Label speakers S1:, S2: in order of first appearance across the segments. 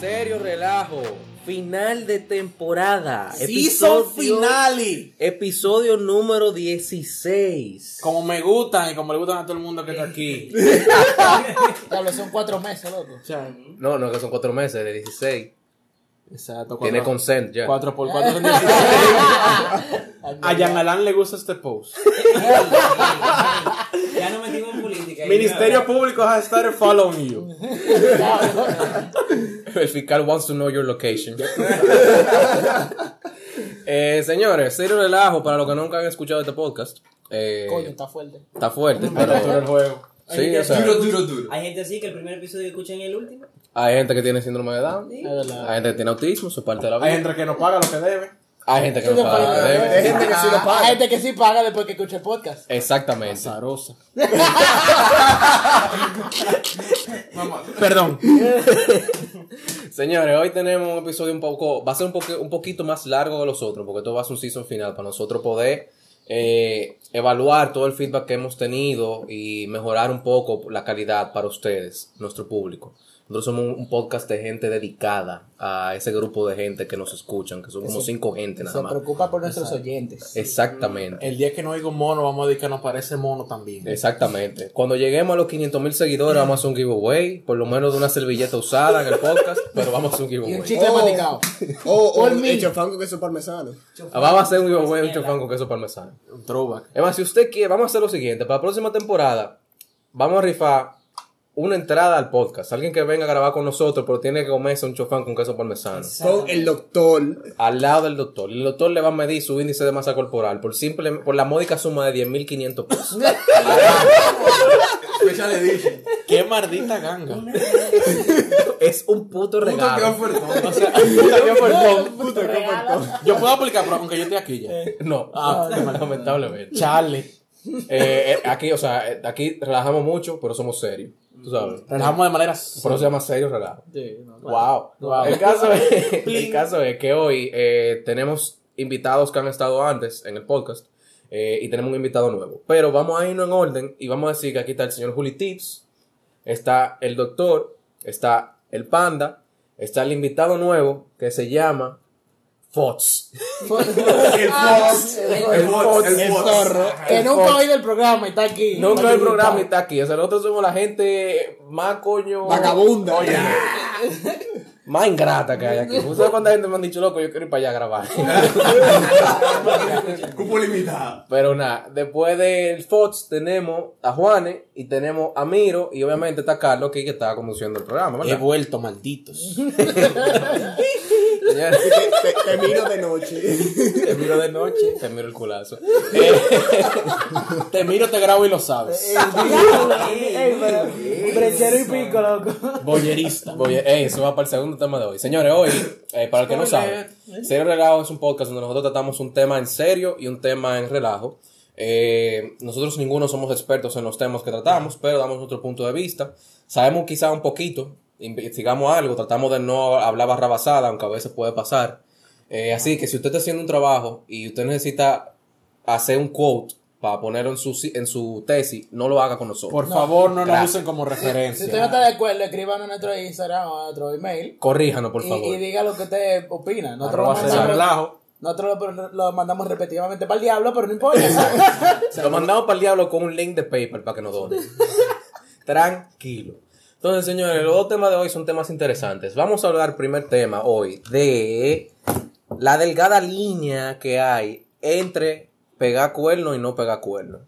S1: Serio relajo. Final de temporada.
S2: este Season
S1: Episodio-
S2: finale.
S1: Episodio número 16.
S2: Como me gustan y como le gustan a todo el mundo que está aquí.
S3: Diablo, son cuatro meses, loco.
S2: O sea,
S4: No, no, que son cuatro meses, de 16.
S2: exacto.
S4: Tiene
S2: cuatro-
S4: consent ya.
S2: cuatro por cuatro son 16.
S4: Ah,
S2: A Jean Alain le gusta este post.
S5: Ya no metimos en política.
S2: Ministerio Público has started following you.
S4: El fiscal wants to know your location. Eh, señores, serio relajo para los que nunca han escuchado este podcast. Eh,
S3: Coño, está fuerte.
S4: está fuerte,
S2: Pero el
S4: pero.
S2: juego.
S4: Sí, o sea,
S6: duro, duro.
S5: Hay gente así que el primer episodio escuchan el último.
S4: hay gente que tiene síndrome de Down,
S3: Es verdad.
S4: hay gente que tiene autismo, su parte de la
S2: Hay
S4: vida.
S2: gente que no paga lo que debe.
S4: Hay gente que no paga lo que debe.
S3: Hay gente que sí lo paga. Hay gente que sí paga después que escucha el podcast.
S4: Exactamente.
S2: Zarosa.
S6: Mamá.
S2: Perdón.
S4: Señores, hoy tenemos un episodio un poco, va a ser un, poco, un poquito más largo de los otros, porque esto va a ser un season final para nosotros poder eh, evaluar todo el feedback que hemos tenido y mejorar un poco la calidad para ustedes, nuestro público. Nosotros somos un, un podcast de gente dedicada a ese grupo de gente que nos escuchan, que son como cinco gente nada
S3: Se
S4: más.
S3: preocupa por nuestros oyentes.
S4: Exactamente.
S2: El día que no oigo mono, vamos a decir que nos parece mono también.
S4: Exactamente. Cuando lleguemos a los 500 mil seguidores, vamos a hacer un giveaway. Por lo menos de una servilleta usada en el podcast, pero vamos a hacer un
S3: Y un
S4: giveaway.
S3: chicle
S7: Oh.
S3: maticado.
S7: O, o
S3: Por
S7: el
S3: mí.
S7: chofán con queso parmesano.
S4: Ah, Vamos a hacer un giveaway de un chofán con queso parmesano.
S2: Un throwback.
S4: Es más, si usted quiere, vamos a hacer lo siguiente. Para la próxima temporada, vamos a rifar una entrada al podcast. Alguien que venga a grabar con nosotros, pero tiene que comerse un chofán con queso parmesano.
S7: Con el doctor.
S4: Al lado del doctor. Y el doctor le va a medir su índice de masa corporal por simple, por la módica suma de 10.500 pesos.
S2: Pues
S6: Special edition.
S2: Qué maldita ganga.
S4: es un puto
S6: Puto que
S4: regalo.
S6: ofertón.
S2: O sea, yo, perdón.
S7: Puta, qué ofertón.
S2: Yo puedo aplicar, pero aunque yo esté aquí ya.
S4: No,
S2: Ah,
S4: lamentablemente.
S2: Chale.
S4: Eh, eh, aquí, o sea, eh, aquí relajamos mucho, pero somos serios. Tú sabes.
S2: Relajamos de manera.
S4: Por eso se llama serio relajo.
S3: Sí, no,
S4: Wow.
S2: Wow.
S4: El, caso es, el caso es que hoy eh, tenemos invitados que han estado antes en el podcast eh, y tenemos un invitado nuevo. Pero vamos a irnos en orden y vamos a decir que aquí está el señor Juli Tips, está el doctor, está el panda, está el invitado nuevo que se llama Fox.
S6: El Fox. El Fox. El
S7: El
S6: Fox.
S7: zorro.
S3: Que nunca ha oído el programa y está aquí.
S4: Nunca el programa y está aquí. O sea, nosotros somos la gente más coño.
S7: Vagabunda.
S4: Más ingrata que hay aquí. ¿Ustedes cuánta gente me han dicho, loco, yo quiero ir para allá a grabar?
S6: Cupo limitado.
S4: Pero nada, después del Fox tenemos a Juanes y tenemos a Miro y obviamente está Carlos que, que está conduciendo el programa,
S2: He
S4: ¿verdad?
S2: vuelto, malditos.
S4: Señores,
S7: Te, te miro de noche.
S4: te miro de noche, te miro el culazo. Eh,
S2: Te miro, te grabo y lo sabes.
S3: Brechero y pico, loco.
S2: Boyerista.
S4: Voy a- ey, eso va para el segundo tema de hoy. Señores, hoy, eh, para el que no sabe, Serio Relajo es un podcast donde nosotros tratamos un tema en serio y un tema en relajo. Eh, nosotros ninguno somos expertos en los temas que tratamos, pero damos nuestro punto de vista. Sabemos quizá un poquito, investigamos algo, tratamos de no hablar barrabasada, aunque a veces puede pasar. Eh, así que si usted está haciendo un trabajo y usted necesita hacer un quote para ponerlo en su, si- en su tesis, no lo haga con nosotros.
S2: Por favor, no nos
S4: Gracias.
S2: usen como
S3: Si usted no
S2: referencia.
S3: está de acuerdo, escríbanos a nuestro Instagram o a nuestro email.
S4: Corríjanos, por
S3: y,
S4: favor.
S3: y diga lo que usted opina. Nosotros,
S2: Arroba
S3: lo
S2: César
S3: mandamos-
S2: Relajo.
S3: nosotros lo, lo mandamos repetidamente para el diablo, pero no importa.
S4: Se lo mandamos para el diablo con un link de PayPal para que nos donen. Tranquilo. Entonces, señores, los dos temas de hoy son temas interesantes. Vamos a hablar, primer tema hoy, de la delgada línea que hay entre pegar cuerno y no pegar cuerno.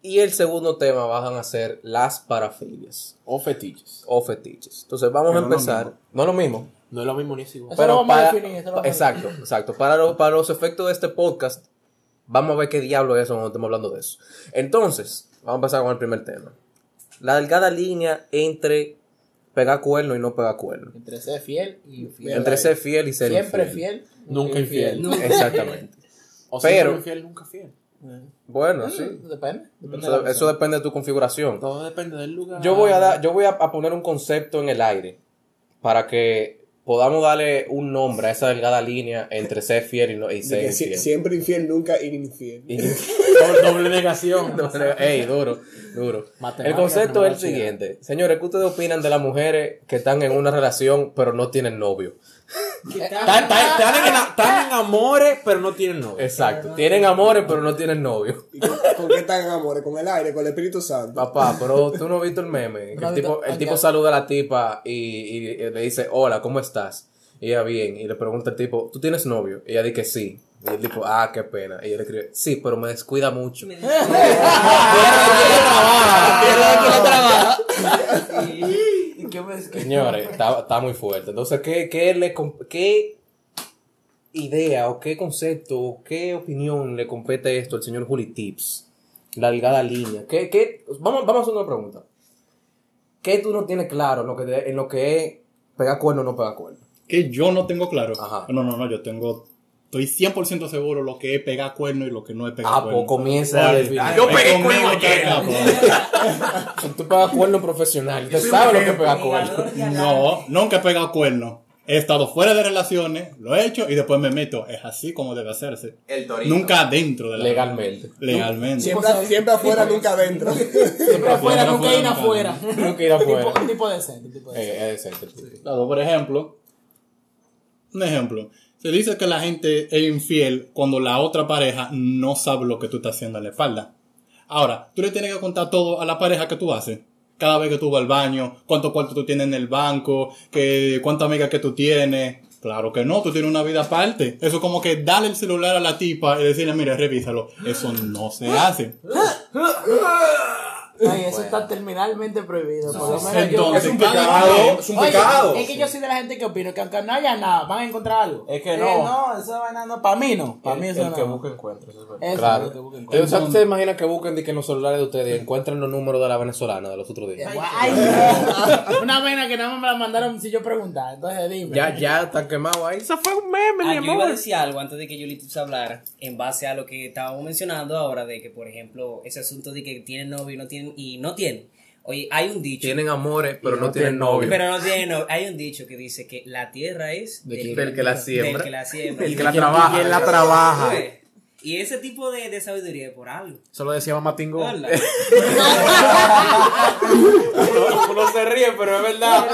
S4: Y el segundo tema van a ser las parafilias
S2: O fetiches.
S4: o fetiches. Entonces, vamos a
S6: no es lo
S4: empezar.
S6: mismo.
S4: No es lo mismo.
S2: No es lo mismo ni es igual.
S3: Eso lo vamos a definir, eso lo vamos a
S4: exacto, exacto. Para, lo- para los efectos de este podcast, vamos a ver qué diablo es eso cuando estemos hablando de eso. Entonces, vamos a empezar con el primer tema. La delgada línea entre pegar cuerno y no pegar cuerno.
S3: Entre ser fiel y infiel.
S4: Entre ser fiel y ser
S3: Siempre
S4: infiel.
S3: fiel.
S2: Nunca infiel.
S4: Exactamente.
S2: O sea,
S4: Pero-
S2: siempre infiel, nunca fiel.
S4: Bueno, sí.
S3: Mm, Depende. depende de la
S4: Eso, eso
S3: persona.
S4: depende de tu configuración.
S2: Todo depende del lugar.
S4: Yo voy a dar, yo voy a, a poner un concepto en el aire para que podamos darle un nombre a esa delgada línea entre ser fiel y, no, y ser
S7: Dije, si-
S4: infiel.
S7: siempre infiel, nunca infiel.
S4: Y-
S2: Doble, doble negación.
S4: No, no, ey, duro, duro.
S3: Matemáticas,
S4: El concepto es el
S3: numeración.
S4: siguiente. Señores, ¿qué ustedes opinan de las mujeres que están en una relación pero no tienen novio?
S5: ¿Qué tal?
S2: Están, están- están en, la- están en amores, pero no tienen novio.
S4: Exacto. Tienen amores pero no tienen novio.
S7: ¿Y con, con qué están en amores? ¿Con el aire? ¿Con el Espíritu Santo?
S4: Papá, pero tú no has visto el meme. El
S3: No,
S4: tipo, el
S3: ya.
S4: tipo saluda a la tipa y, y- y le dice, hola, ¿cómo estás? Y ella bien. Y le pregunta al tipo, ¿tú tienes novio? Y ella dice que sí. Y el tipo, ah, qué pena. Y ella le escribe, sí, pero me descuida mucho.
S5: Me
S3: ¿Y qué ves?
S4: Señores, está, está muy fuerte. Entonces, ¿qué, qué, le, comp- qué idea o qué concepto o qué opinión le compete esto al señor Juli Tips? La delgada línea. ¿Qué, qué? Vamos, vamos a hacer una pregunta. ¿Qué tú no tienes claro en lo que, de- en lo que es pegar cuerno o no pegar cuerno?
S8: Que yo no tengo claro.
S4: Ajá.
S8: No, no, no, yo tengo. Estoy 100% seguro lo que es pegar cuerno y lo que no es pegar
S4: Ah,
S8: cuerno.
S4: pues comienza a
S8: Oye,
S4: definir.
S8: ay,
S6: Yo
S8: me
S6: pegué
S8: comí
S6: cuerno
S8: otra
S6: ayer.
S8: capa.
S4: Tú pegas cuerno profesional. Tú
S6: soy
S4: sabes
S6: un
S4: lo que es pegar
S5: pegador
S4: cuerno.
S5: de alarma.
S8: No, nunca he pegado cuerno. He estado fuera de relaciones, lo he hecho y después me meto. Es así como debe hacerse.
S6: El torito.
S8: Nunca adentro de la
S4: Legalmente.
S8: Legalmente.
S7: Siempre, siempre afuera, nunca adentro.
S3: Siempre afuera, nunca hay
S8: afuera,
S3: afuera.
S4: Tengo que ir afuera.
S3: Un tipo decente, un tipo decente.
S4: Eh, es ese, ese, ese.
S8: Claro, por ejemplo, un ejemplo. Se dice que la gente es infiel cuando la otra pareja no sabe lo que tú estás haciendo en la espalda. Ahora, tú le tienes que contar todo a la pareja que tú haces. Cada vez que tú vas al baño, cuánto cuarto tú tienes en el banco, que, cuánta amiga que tú tienes. Claro que no, tú tienes una vida aparte. Eso es como que darle el celular a la tipa y decirle, mira, revísalo. Eso no se hace.
S3: Ay, eso está terminalmente prohibido. por lo menos yo-
S8: Entonces,
S6: Es un
S8: cada
S6: pecado.
S8: quien-
S6: Es un
S3: Oye,
S6: pecado.
S3: es que yo soy de la gente que opino que aunque no haya nada, van a encontrar algo.
S2: Es que
S3: Eh,
S2: no.
S3: no, eso vaina no, para mí no. Para mí eso no.
S2: encuentra. eso es verdad.
S3: Eso es
S4: Claro.
S3: lo que busquen.
S4: Entonces, ¿ustedes se imaginan que busquen de que en los celulares de ustedes encuentren los números de la venezolana de los otros días?
S3: Ay, no. Una vaina que nada más me la mandaron si yo preguntaba. Entonces dime.
S4: Ya, ya, están quemados ahí. Eso fue un meme,
S5: Ah, yo iba a decir algo antes de que Yulitux hablara, en base a lo que estábamos mencionando ahora, de que, por ejemplo, ese asunto de que tienen novio y no tienen, y no tienen. Oye, hay un dicho,
S4: Tienen amores, pero no, tienen novio.
S5: pero no tienen novio. Hay un dicho que dice que la tierra es
S4: De
S5: del,
S4: quien- del que la
S5: del
S4: siembra.
S5: que la siembra.
S4: El
S5: Y
S4: que la
S5: quien-
S4: trabaja.
S5: quien
S4: El que
S2: trabaja.
S5: Oye, Y ese tipo de, de sabiduría es por algo.
S2: Eso lo decía Mamá Tingo.
S5: Hola.
S4: uno, uno se ríe, pero es verdad.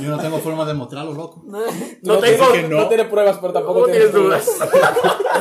S8: Yo no tengo forma de mostrarlo, loco.
S4: no,
S8: No
S4: tengo,
S8: dices que
S4: no.
S8: no.
S4: tienes pruebas, pero tampoco tienes, dudas.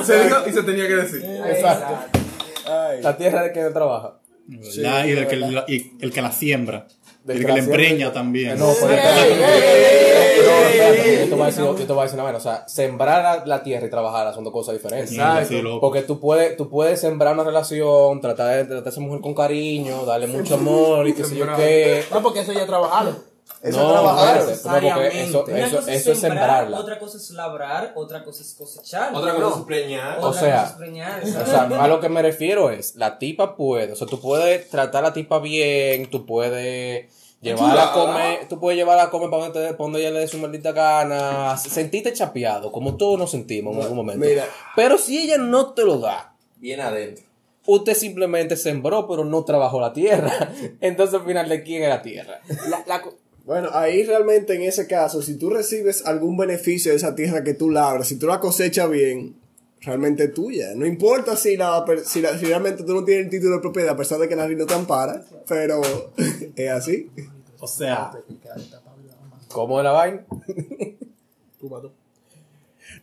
S6: Se dijo y se tenía que decir.
S4: Exacto.
S7: Ay.
S4: La tierra de quien trabaja.
S8: ¿Verdad? y el que, la, y el que la siembra.
S4: Del
S8: el
S4: que
S8: que
S4: la
S8: la
S4: siembra.
S8: empreña también.
S4: No, pero- No, espérate, yo te voy a decir- yo te voy a decir una vaina. O sea, sembrar la, la tierra y trabajarla son dos cosas diferentes.
S8: Exacto. Sí, loco.
S4: Porque tú puedes, tú puedes sembrar una relación, tratar de tratar a esa mujer con cariño, darle mucho amor y qué sé yo qué.
S3: No, porque eso ya trabajaron.
S7: Eso
S4: no,
S7: trabajar.
S4: espérate, no, porque eso,
S5: Una
S4: eso,
S5: cosa es
S4: eso es
S5: sembrar,
S4: sembrarla.
S5: Otra cosa es labrar, otra cosa es cosechar.
S6: Otra cosa es preñar.
S5: Otra
S4: o sea,
S5: cosa es preñar,
S4: O
S5: ¿sabes?
S4: sea, a lo que me refiero es, la tipa puede, o sea, tú puedes tratar a la tipa bien, tú puedes llevarla a comer, tú puedes llevarla a comer para donde, te- para donde ella le dé su maldita gana, sentirte chapeado, como todos nos sentimos en algún momento.
S7: mira.
S4: Pero si ella no te lo da,
S2: Bien adentro.
S4: usted simplemente sembró, pero no trabajó la tierra. Entonces, al final, ¿de quién es la tierra?
S3: La, la cu-
S7: Bueno, ahí realmente en ese caso, si tú recibes algún beneficio de esa tierra que tú labras, si tú la cosechas bien, realmente es tuya. No importa si, la, per- si, la- si realmente tú no tienes el título de propiedad, a pesar de que la ley no te ampara, pero es así.
S8: O sea,
S4: ¿Cómo es la vaina?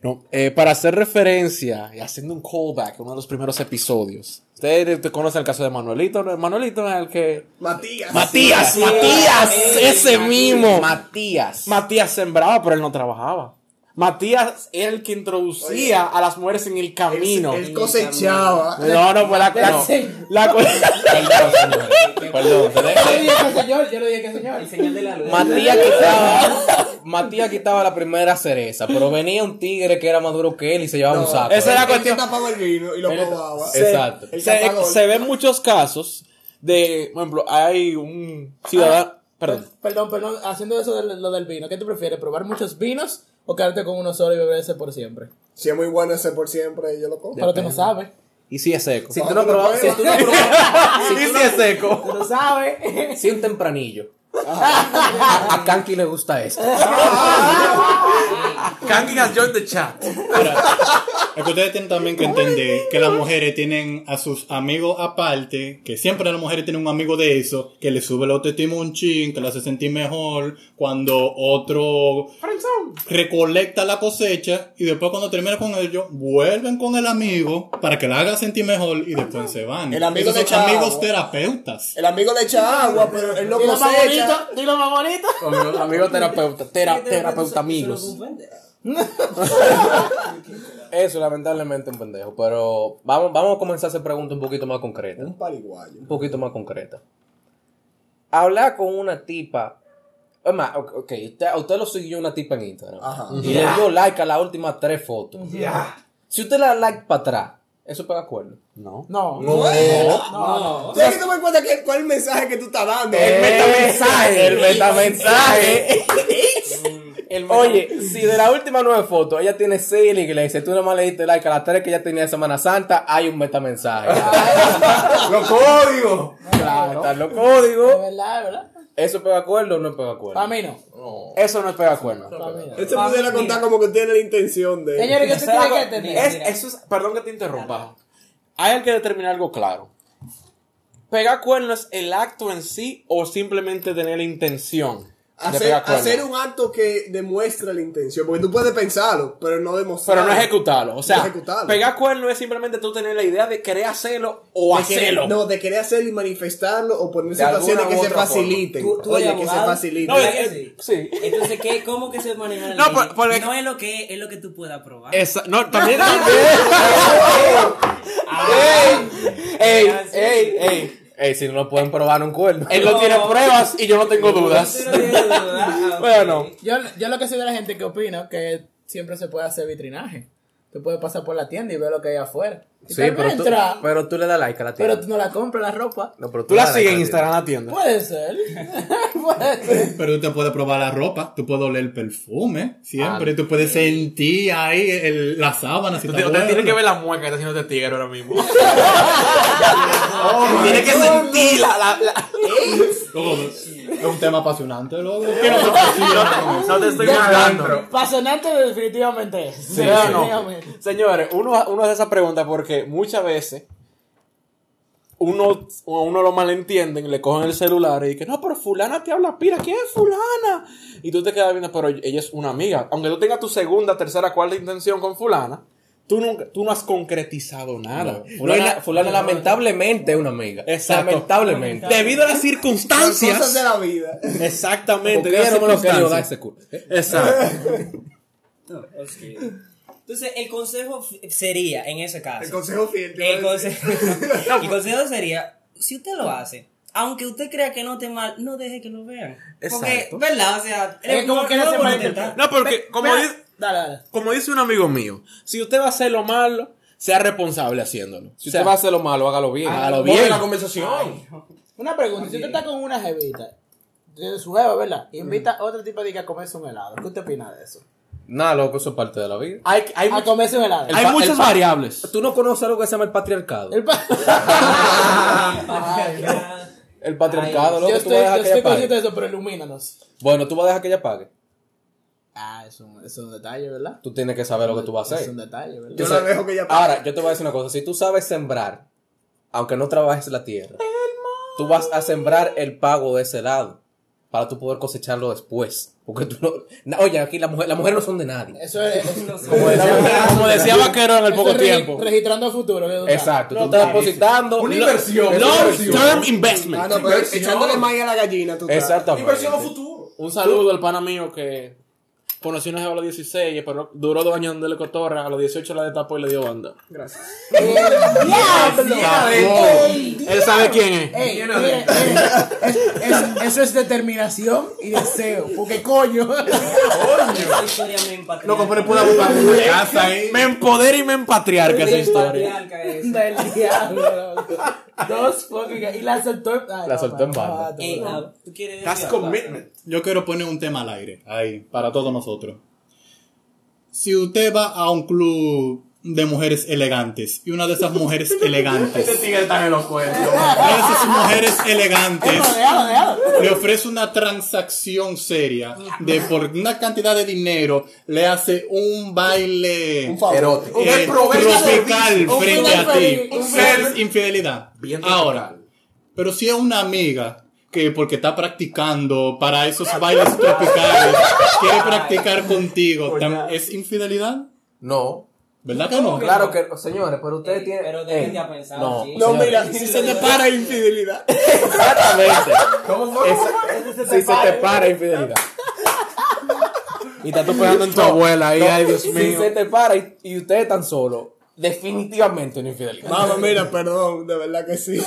S4: No, eh, para hacer referencia y haciendo un callback a uno de los primeros episodios. Ustedes te conocen el caso de Manuelito, ¿no? Manuelito es el que...
S7: Matías.
S4: Matías, Matías, ese mismo. Matías.
S2: Matías sembraba, pero él no trabajaba. Matías era el que introducía a las mujeres en el camino.
S7: Él cosechaba.
S2: No, no, fue la no. La co-
S4: Perdón, señores. Perdón.
S3: Yo le dije que señor, yo le dije que señor.
S5: El señal de la luz.
S4: Matías quitaba, Matías quitaba la primera cereza, pero venía un tigre que era más duro que él y se llevaba un saco.
S2: Esa era la
S7: Él
S2: cuestión.
S7: tapaba el vino y lo
S4: Él-
S7: probaba.
S4: Exacto.
S7: El
S2: se,
S7: catador.
S2: se ven muchos casos de, por ejemplo, hay un ciudadano. Perdón.
S3: Perdón, perdón, haciendo eso de lo del vino, ¿qué tú prefieres? ¿Probar muchos vinos o quedarte con uno solo y beber ese por siempre?
S7: Si es muy bueno ese por siempre, yo lo compro.
S3: Pero tú no sabes.
S4: Y si es seco. Si
S7: Ah,
S4: tú no
S7: tú lo
S4: probas, si
S7: pruebas.
S4: tú no probas, si tú no-
S3: Tú no sabes.
S4: si un tempranillo. A, a Kanki le gusta esto.
S2: Kangi has joined the chat.
S8: espera, Es que ustedes tienen también que entender que las mujeres tienen a sus amigos aparte, que siempre las mujeres tienen un amigo de eso, que le sube la autoestima un chin, que la hace sentir mejor, cuando otro recolecta la cosecha y después cuando termina con ellos, vuelven con el amigo para que la haga sentir mejor y después se van.
S7: El amigo
S8: Esos
S7: de
S8: son
S7: Chavo.
S8: amigos terapeutas.
S7: El amigo le echa agua, pero él no
S3: Dilo más bonito,
S7: cosecha.
S3: dilo más bonito.
S2: Amigo, amigo terapeuta, tera- terapeuta amigos.
S4: Eso, lamentablemente, un pendejo. Pero vamos, vamos a comenzar a hacer preguntas un poquito más concretas.
S7: Un pariguayo.
S4: un poquito más concreta. Hablar con una tipa. Es más, ok, ok, usted, a usted lo siguió una tipa en Instagram.
S7: Ajá.
S4: Y le dio like a las últimas tres fotos. Si usted le da like para atrás, eso pega cuerno.
S2: No.
S3: No.
S7: O sea, que tomar en cuenta que, cuál es el mensaje que tú estás dando.
S4: Eh,
S7: El
S4: metamensaje. El metamensaje. Oye, si de las últimas nueve fotos ella tiene seis en la iglesia, tú nomás le diste like a las tres que ella tenía de Semana Santa, hay un metamensaje.
S6: Los códigos.
S4: claro. Están los códigos.
S3: ¿Verdad, verdad?
S4: ¿Eso pega cuerno o no pega cuerno?
S3: Para mí no.
S2: Eso no es pega cuerno.
S3: Para mí no.
S7: Él se pudiera contar como que tiene la intención de.
S3: Señores, ¿qué usted tiene que entender?
S2: Es-
S3: Mira,
S2: eso es- perdón que te interrumpa. Hay que determinar algo claro. ¿Pegar cuerno es el acto en sí o simplemente tener la intención de
S7: Hacer,
S2: pegar cuerno?
S7: hacer un acto que demuestra la intención, porque tú puedes pensarlo, pero no demostrarlo.
S2: Pero no ejecutarlo. O sea,
S7: No ejecutarlo.
S2: pegar cuerno es simplemente tú tener la idea de querer hacerlo o
S7: De querer-
S2: hacerlo.
S7: no, de querer hacerlo y manifestarlo o poner
S4: De alguna
S7: situaciones que
S4: u
S7: se
S4: otra forma.
S7: faciliten.
S5: Tú- tú
S7: Oye,
S5: eres
S7: que se
S5: abogado.
S7: faciliten.
S2: No,
S5: ¿Verdad
S2: eh,
S5: que
S2: sí.
S5: Entonces, ¿qué, ¿cómo que se maneja la
S2: No,
S5: ley?
S2: por- por-
S5: No es lo que es, es lo que tú puedas probar.
S4: Eh,
S2: Esa- no, también.
S5: Ah,
S4: ¡Ey! ¡Ey! ¡Ey! ¡Ey! Si no lo pueden probar un cuerno.
S2: Él no tiene pruebas y yo no tengo dudas.
S5: Ah,
S2: Bueno.
S3: Yo, yo lo que soy de la gente que opino que siempre se puede hacer vitrinaje. Tú puedes pasar por la tienda y ver lo que hay afuera. Y
S4: Sí,
S3: tal vez
S4: pero tú,
S3: entrar, pero,
S4: pero tú le das like a la tienda.
S3: tú no la compras la ropa.
S4: No, pero
S2: Tú la
S4: le das like
S2: sigues
S4: a
S2: en Instagram
S4: tienda.
S2: la tienda.
S3: Puede ser. puede ser.
S8: Pero tú te puedes probar la ropa, tú puedes oler el perfume, siempre, tú puedes sentir ahí el- la sábana. Si está
S9: Ustedes tienen
S8: bueno.
S9: que ver la mueca que está haciendo este tigre ahora mismo.
S2: Tiene que sentir la- la- la,
S8: Loco, es un tema apasionante, loco. ¿Qué no te-
S9: No te estoy hablando.
S3: Apasionante definitivamente es.
S2: Sí, o no.
S3: Definitivamente.
S2: Señores, uno, uno hace esa pregunta porque muchas veces uno, a uno lo malentienden, le cogen el celular y que no, pero fulana te habla pira, ¿quién es fulana? Y tú te quedas viendo, pero ella es una amiga. Aunque tú tengas tu segunda, tercera, cuarta intención con fulana, tú, nunca, tú no has concretizado nada.
S4: No, Fulana, fulana lamentablemente es una amiga.
S2: Exacto.
S4: Lamentablemente.
S2: Debido a las
S7: Cosas de
S2: circunstancias.
S7: la vida.
S2: Exactamente.
S4: Porque
S2: debido
S4: yo
S2: a
S4: no me lo
S2: las
S4: quería dar
S2: circunstancias.
S4: ese culo.
S2: Exacto.
S5: No, ok. Entonces, el consejo f- sería, en ese caso.
S7: El consejo fiel. te
S5: El
S7: voy a decir.
S5: consejo, el consejo sería, si usted lo hace, aunque usted crea que no esté mal, no deje que lo vean. Porque,
S2: Exacto.
S5: ¿verdad? O sea,
S3: Es como que no se
S5: lo
S3: puede
S5: voy a intentar.
S2: No, porque como
S3: Mira,
S2: dice...
S3: Dale, dale.
S2: como dice un amigo mío, si usted va a hacer lo malo, sea responsable haciéndolo.
S4: Si usted va a hacer lo malo, hágalo bien.
S5: Ah,
S2: Hágalo
S4: Ponga
S2: bien.
S4: la conversación.
S3: Una pregunta. Si usted está con una jevita, de su jeva, ¿verdad? Y invita a otra tipa de que a comerse un helado. ¿Qué usted opina de eso?
S4: Nada, loco, eso es parte de la vida.
S2: hay, hay,
S3: A comerse un helado.
S2: hay muchas variables.
S4: ¿Tú no conoces algo que se llama el patriarcado?
S3: El pa-
S4: El patriarcado,
S3: yo
S4: loco, tú
S3: estoy,
S4: vas a
S3: yo
S4: dejar que
S3: estoy
S4: ella pague.
S3: consciente de eso, pero ilumínanos.
S4: Bueno, tú vas a dejar que ella pague.
S3: Ah, es un, es un detalle, ¿verdad?
S4: Tú tienes que saber lo que tú vas a
S3: Es
S4: hacer.
S3: un detalle, ¿verdad?
S7: Yo la dejo que ella pague.
S4: Ahora, yo te voy a decir una cosa. Si tú sabes sembrar, aunque no trabajes la tierra, tú vas a sembrar el pago de ese lado para tú poder cosecharlo después. Porque tú no... na- Oye, aquí las mujeres las mujeres no son de nadie.
S3: Eso es. eso-
S2: Como decía, como decía Vaquero en el
S3: eso
S2: poco
S3: es regi-
S2: tiempo.
S3: Registrando a futuro. que tú sabes.
S4: Exacto. Tú estás depositando...
S6: Una inversión.
S2: Long
S6: Inversión.
S2: term
S7: Ah,
S2: investment.
S7: no, pero echándole maíz a la gallina, tú estás.
S4: Exactamente.
S6: Inversión a futuro.
S2: Un saludo al pana mío que conocí una jeva a los 16, pero duró dos años dándole cotorra. A los 18 la destapó y le dio banda. Él sabe quién es.
S3: Ey, mire, ey, es- es- eso es determinación y deseo. Porque coño.
S5: Esa historia me empató.
S9: Loco, pero puedo buscar una casa ahí.
S2: eh. Me empodera y me empatriar que esa historia.
S5: Patriarca es.
S3: del diablo. loco. Dos fucking. Y la soltó. en- ay,
S4: La
S3: no,
S4: soltó en
S3: no,
S4: banda.
S3: no, no,
S5: Ey,
S3: no.
S5: ah, ¿tú quieres decir
S2: That's
S5: algo?
S2: commitment.
S8: Yo quiero poner un tema al aire, ahí, para todos nosotros. Si usted va a un club de mujeres elegantes. Y una de esas mujeres elegantes.
S9: Este tigre tan elocuente.
S8: Una de esas mujeres elegantes
S3: Déjalo, déjalo.
S8: le ofrece una transacción seria de por una cantidad de dinero le hace un baile
S7: Un favor.
S2: Erótico.
S8: eh, tropical
S3: Un
S8: frente
S3: final
S8: a ti.
S3: feliz, un
S8: Eso
S3: final-
S8: es infidelidad.
S2: Bien tropical.
S8: Ahora, pero si es una amiga que porque está practicando para esos bailes tropicales, quiere practicar contigo, tam- ¿es infidelidad?
S2: No.
S8: ¿Verdad que no?
S2: Claro que, señores, pero ustedes
S5: Ey,
S2: tienen.
S5: pero dejen de
S2: Ey,
S5: pensar,
S2: No,
S5: sí.
S7: No,
S2: señores,
S7: mira, si se te para infidelidad.
S2: Exactamente. Esa- si se te para
S7: ¿eh?
S2: infidelidad. Y estás tú pegando en tu abuela ahí, ay Dios mío. Si se te para y, y ustedes tan solo, definitivamente una infidelidad.
S7: Mamá, mira, perdón, de verdad que sí.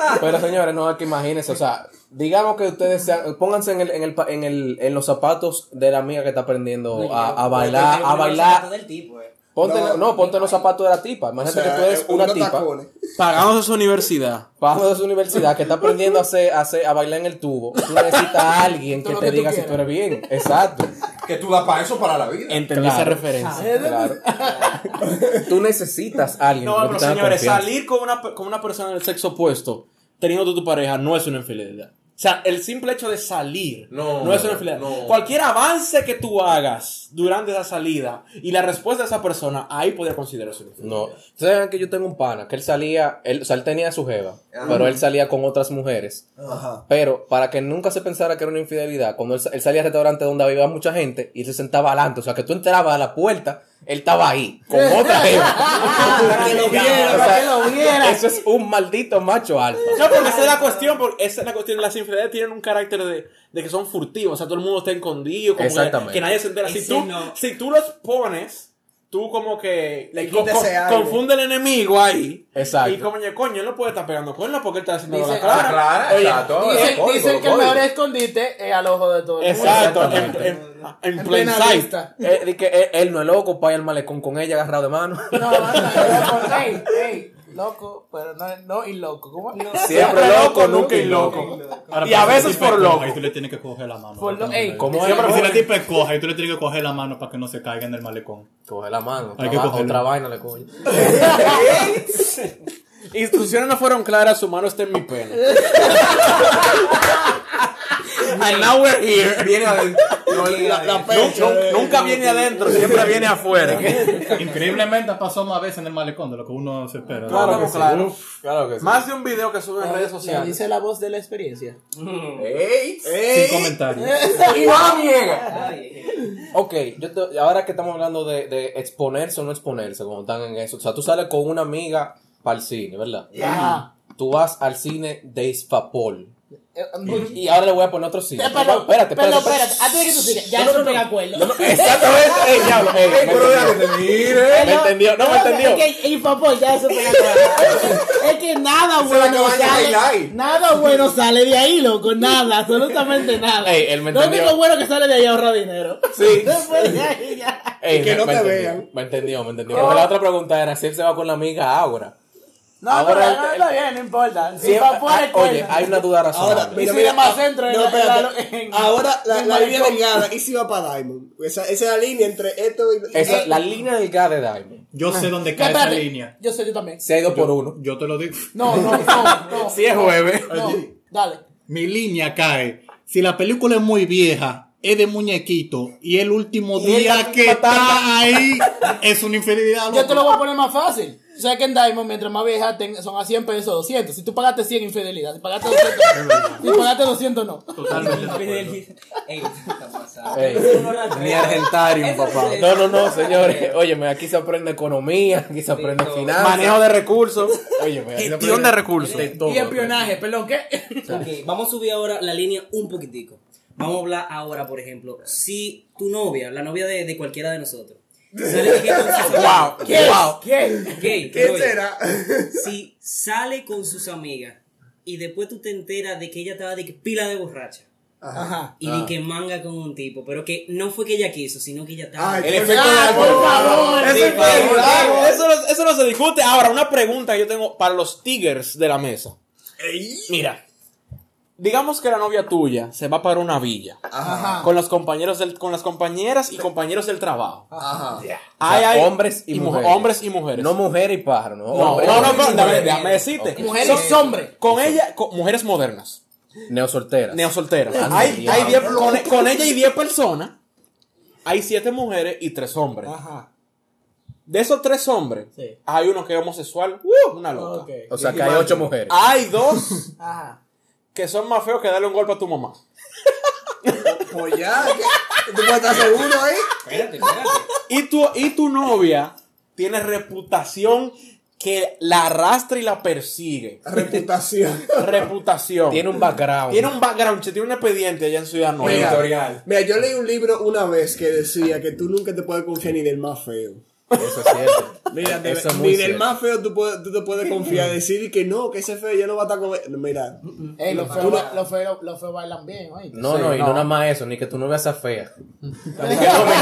S7: Ah.
S2: Pero señores, no es que imagínense, o sea, digamos que ustedes sean, pónganse en el, en el, pa- en el, en los zapatos de la amiga que está aprendiendo a, a bailar, a bailar.
S5: Del tipo, eh.
S2: Ponte,
S7: No.
S2: no, ponte los zapatos de la tipa. Imagínate
S7: O sea,
S2: que tú eres
S7: eh,
S2: una
S7: unos
S2: tipa.
S7: tacones.
S2: Pagamos a su universidad. Pagamos a su universidad que está aprendiendo a, hacer, a, hacer- a bailar en el tubo. Tú necesitas a alguien que
S3: Todo lo
S2: te
S3: que tú
S2: diga si
S3: quieras.
S2: tú eres bien. Exacto.
S6: Que tú das para eso para la vida.
S2: Entendí esa referencia. Claro. Tú necesitas a alguien. No,
S4: No,
S2: que
S4: pero
S2: te haga
S4: señores,
S2: confianza.
S4: salir
S2: con una, con una persona del sexo opuesto, teniendo tu pareja, no es una infidelidad. O sea, el simple hecho de salir
S9: No,
S2: no es una infidelidad.
S9: no.
S2: Cualquier avance que tú hagas durante esa salida y la respuesta de esa persona, ahí podría considerarse una infidelidad.
S4: No, ustedes saben que yo tengo un pana que él salía, él, o sea, él tenía su jeva,
S6: Ah.
S4: pero él salía con otras mujeres. Pero para que nunca se pensara que era una infidelidad, cuando él, sa- él salía al restaurante donde había mucha gente y él se sentaba adelante, o sea, que tú entrabas a la puerta, él estaba ahí, con otra jeva.
S3: Para que lo
S4: O
S3: viera,
S4: sea,
S3: para que lo viera.
S4: Eso es un maldito macho alfa.
S2: No, porque esa es la cuestión, porque esa es la cuestión. Las infidelidades tienen un carácter de, de que son furtivos, o sea, todo el mundo está escondido, como
S4: Exactamente.
S2: que, que nadie se entera.
S5: Y
S2: Si
S5: si
S2: tú,
S5: no-
S2: si tú los pones, tú como que
S7: Le
S2: co-
S7: quitas
S2: co-
S7: ese aire.
S2: confunde al enemigo ahí.
S4: Exacto.
S2: Y como, coño, él no puede estar pegando con él porque él está haciendo
S3: Dice-
S2: la clara.
S9: Clara,
S2: Oye,
S9: exacto.
S3: Dicen,
S9: Código,
S3: dicen que el
S9: código.
S3: mejor escondite es al ojo de todo el mundo.
S2: Exacto, en, en, en plain
S3: plena
S2: sight.
S3: vista.
S4: Eh, de que él, él no es loco para ir al malecón con ella agarrado de mano.
S3: No, no, loco, ey, ey, loco, pero no, no y loco. ¿Cómo?
S2: Siempre loco, nunca y loco.
S8: Ahora,
S2: Y a
S8: pero si
S2: veces
S8: la tipa
S2: por
S8: es coja
S2: loco.
S8: Y tú le tienes que coger la mano.
S3: Por lo- ey,
S8: ¿Cómo
S4: ¿cómo
S8: es?
S4: es?
S8: Si la tipa es coja y tú le tienes que coger la mano para que no se caiga en el malecón.
S4: Coge la mano,
S8: Hay
S4: otra,
S8: que
S4: va-
S8: cogerla.
S4: otra vaina le coge.
S2: Instrucciones no fueron claras, su mano está en mi pene. And now we're here.
S6: Viene adentro. No, la- la-
S2: Nu- nu- nunca viene adentro, siempre viene afuera.
S8: Increíblemente ha pasado más veces en el malecón de lo que uno se espera.
S2: Claro que sí.
S4: Claro, claro que sí.
S2: Más de un video que sube en redes
S3: Le
S2: sociales.
S3: dice la voz de la experiencia.
S6: ¡Ey!
S8: Sin comentarios.
S3: Y no niega.
S4: Ok, yo te- ahora que estamos hablando de, de exponerse o no exponerse, cuando están en eso. O sea, tú sales con una amiga para el cine, ¿verdad?
S3: Ajá.
S4: Tú vas al cine de Isfapol.
S3: Eh,
S4: Y ahora le voy a poner otro cine.
S3: Pero,
S4: No, espérate, espérate.
S3: pero, espérate, antes de que tú sigas, ya
S4: No, no,
S3: eso
S4: no,
S3: me
S4: no.
S3: acuerdo.
S4: No, no, exactamente. Ey, diablo, ey, me
S6: Pero
S4: entendió.
S6: déjame te mire.
S4: me entendió, no me entendió.
S3: Es que, y papá, ya eso me acuerdo. Es que nada
S6: Esa es la que
S3: bueno
S6: baila
S3: sale.
S6: bailar.
S3: Nada bueno sale de ahí, loco. Nada, absolutamente nada.
S4: Ey, él me
S3: Lo
S4: entendió.
S3: único bueno que sale de ahí ahorra dinero.
S4: Sí.
S3: Después de ahí ya.
S4: Ey,
S7: que
S4: me-
S7: no
S4: me
S7: te
S4: entendió,
S7: vean.
S4: Me entendió, me entendió.
S3: Oh.
S4: Porque la otra pregunta era si él se va con la amiga ahora.
S3: No,
S4: Ahora
S3: no, no,
S4: el-
S3: está bien, no importa. Si
S4: Sí,
S3: papá
S4: ah, Oye, hay una duda razonable.
S7: Ahora, mira,
S3: si
S7: mira,
S3: era más
S7: ah,
S3: centro,
S7: no,
S3: era-
S7: espérate.
S3: era- en-
S7: Ahora, la,
S3: en
S7: la línea
S3: Malecón.
S7: delgada, y si va para Diamond. Esa, esa es la línea entre esto y.
S4: Esa,
S7: Eh,
S4: la línea delgada de Diamond.
S8: Yo sé dónde
S3: No,
S8: cae esa
S3: espérate.
S8: línea.
S3: Yo sé, yo también.
S4: Se ha ido por uno.
S8: Yo te lo digo.
S3: No, no, no, no.
S2: Si es jueves.
S3: no. Dale.
S8: Mi línea cae. Si la película es muy vieja, es de muñequito y el último día que está ahí es una infidelidad.
S3: Yo te lo
S8: loco.
S3: voy a poner más fácil. O sea que en Diamond, mientras más vieja, ten- son a 100 pesos, 200. Si tú pagaste 100, infidelidad. Si pagaste 200, si pagaste 200 no.
S8: Totalmente. de acuerdo.
S5: Ey, está pasado.
S4: Ey,
S5: Ni argentario, papá.
S4: No, no, no, señores. Óyeme, aquí se aprende economía, aquí se aprende
S5: todo.
S4: finanzas.
S2: Manejo de recursos.
S4: Óyeme, aquí se
S2: Gestión
S4: aprende
S2: de recursos.
S4: de todo. pues.
S3: Y espionaje, perdón, ¿qué?
S5: Ok, vamos a subir ahora la línea un poquitico. Vamos a hablar ahora, por ejemplo, si tu novia, la novia de, de cualquiera de nosotros, sale de aquí con sus
S2: Wow, wow.
S5: Ok,
S7: ¿Qué
S5: pero oye,
S7: será?
S5: Si sale con sus amigas y después tú te enteras de que ella estaba de que pila de borracha
S3: Ajá.
S5: y de que manga con un tipo, pero que no fue que ella quiso, sino que ella estaba.
S7: Ay,
S2: El
S7: por
S2: efecto
S3: Ah,
S7: favor,
S2: de la-
S7: por favor.
S2: Eso, es
S7: por favor.
S2: verdad. Eso no, eso no se discute. Ahora, una pregunta que yo tengo para los tigers de la mesa. Mira, digamos que la novia tuya se va para una villa
S3: Ajá.
S2: con los compañeros del, con las compañeras y compañeros del trabajo.
S3: Ajá.
S2: Ahí hay-
S4: hombres y
S2: mu-
S4: mujeres.
S2: Hombres y mujeres.
S4: No mujer y pájaro, no.
S2: no,
S4: hombre,
S2: no, no,
S4: hombre.
S2: no, déjame- déjame decirte.
S3: Mujeres y hombres.
S2: Con ella, con mujeres modernas,
S4: Neosolteras.
S2: neosolteras.
S4: Anda,
S2: Hay, hay
S4: diablo.
S2: diez- con, con ella hay 10 personas, hay 7 mujeres y 3 hombres.
S3: Ajá.
S2: De esos 3 hombres,
S3: Ah. Sí.
S2: hay uno que es homosexual, ¡uh! una loca.
S3: Ok.
S4: o sea que hay ocho mujeres.
S2: Hay dos
S3: Ajá.
S2: que son más feos que darle un golpe a tu mamá.
S6: Pues ya, ¿qué? ¿tú puedes estar seguro ahí?
S5: Espérate, espérate.
S2: Y tu, y tu novia tiene reputación que la arrastra y la persigue.
S7: Reputación.
S2: Reputación.
S4: Tiene un background.
S2: Tiene un background, che, tiene un expediente allá en Ciudad Nueva.
S7: Mira, Mira, yo leí un libro una vez que decía que tú nunca te puedes confiar ni del más feo.
S4: Eso es cierto.
S7: Mira, de-
S4: Eso es muy
S7: ni del
S4: cierto.
S7: más feo tú, puedes- tú te puedes confiar. Decir y que no, que ese feo ya no va a estar con. Mira,
S3: Ey, los feos ba- los feos- los feos bailan bien, oye.
S4: No, no, y no nada más eso, ni que tu novia sea fea. Ni que, no, mi,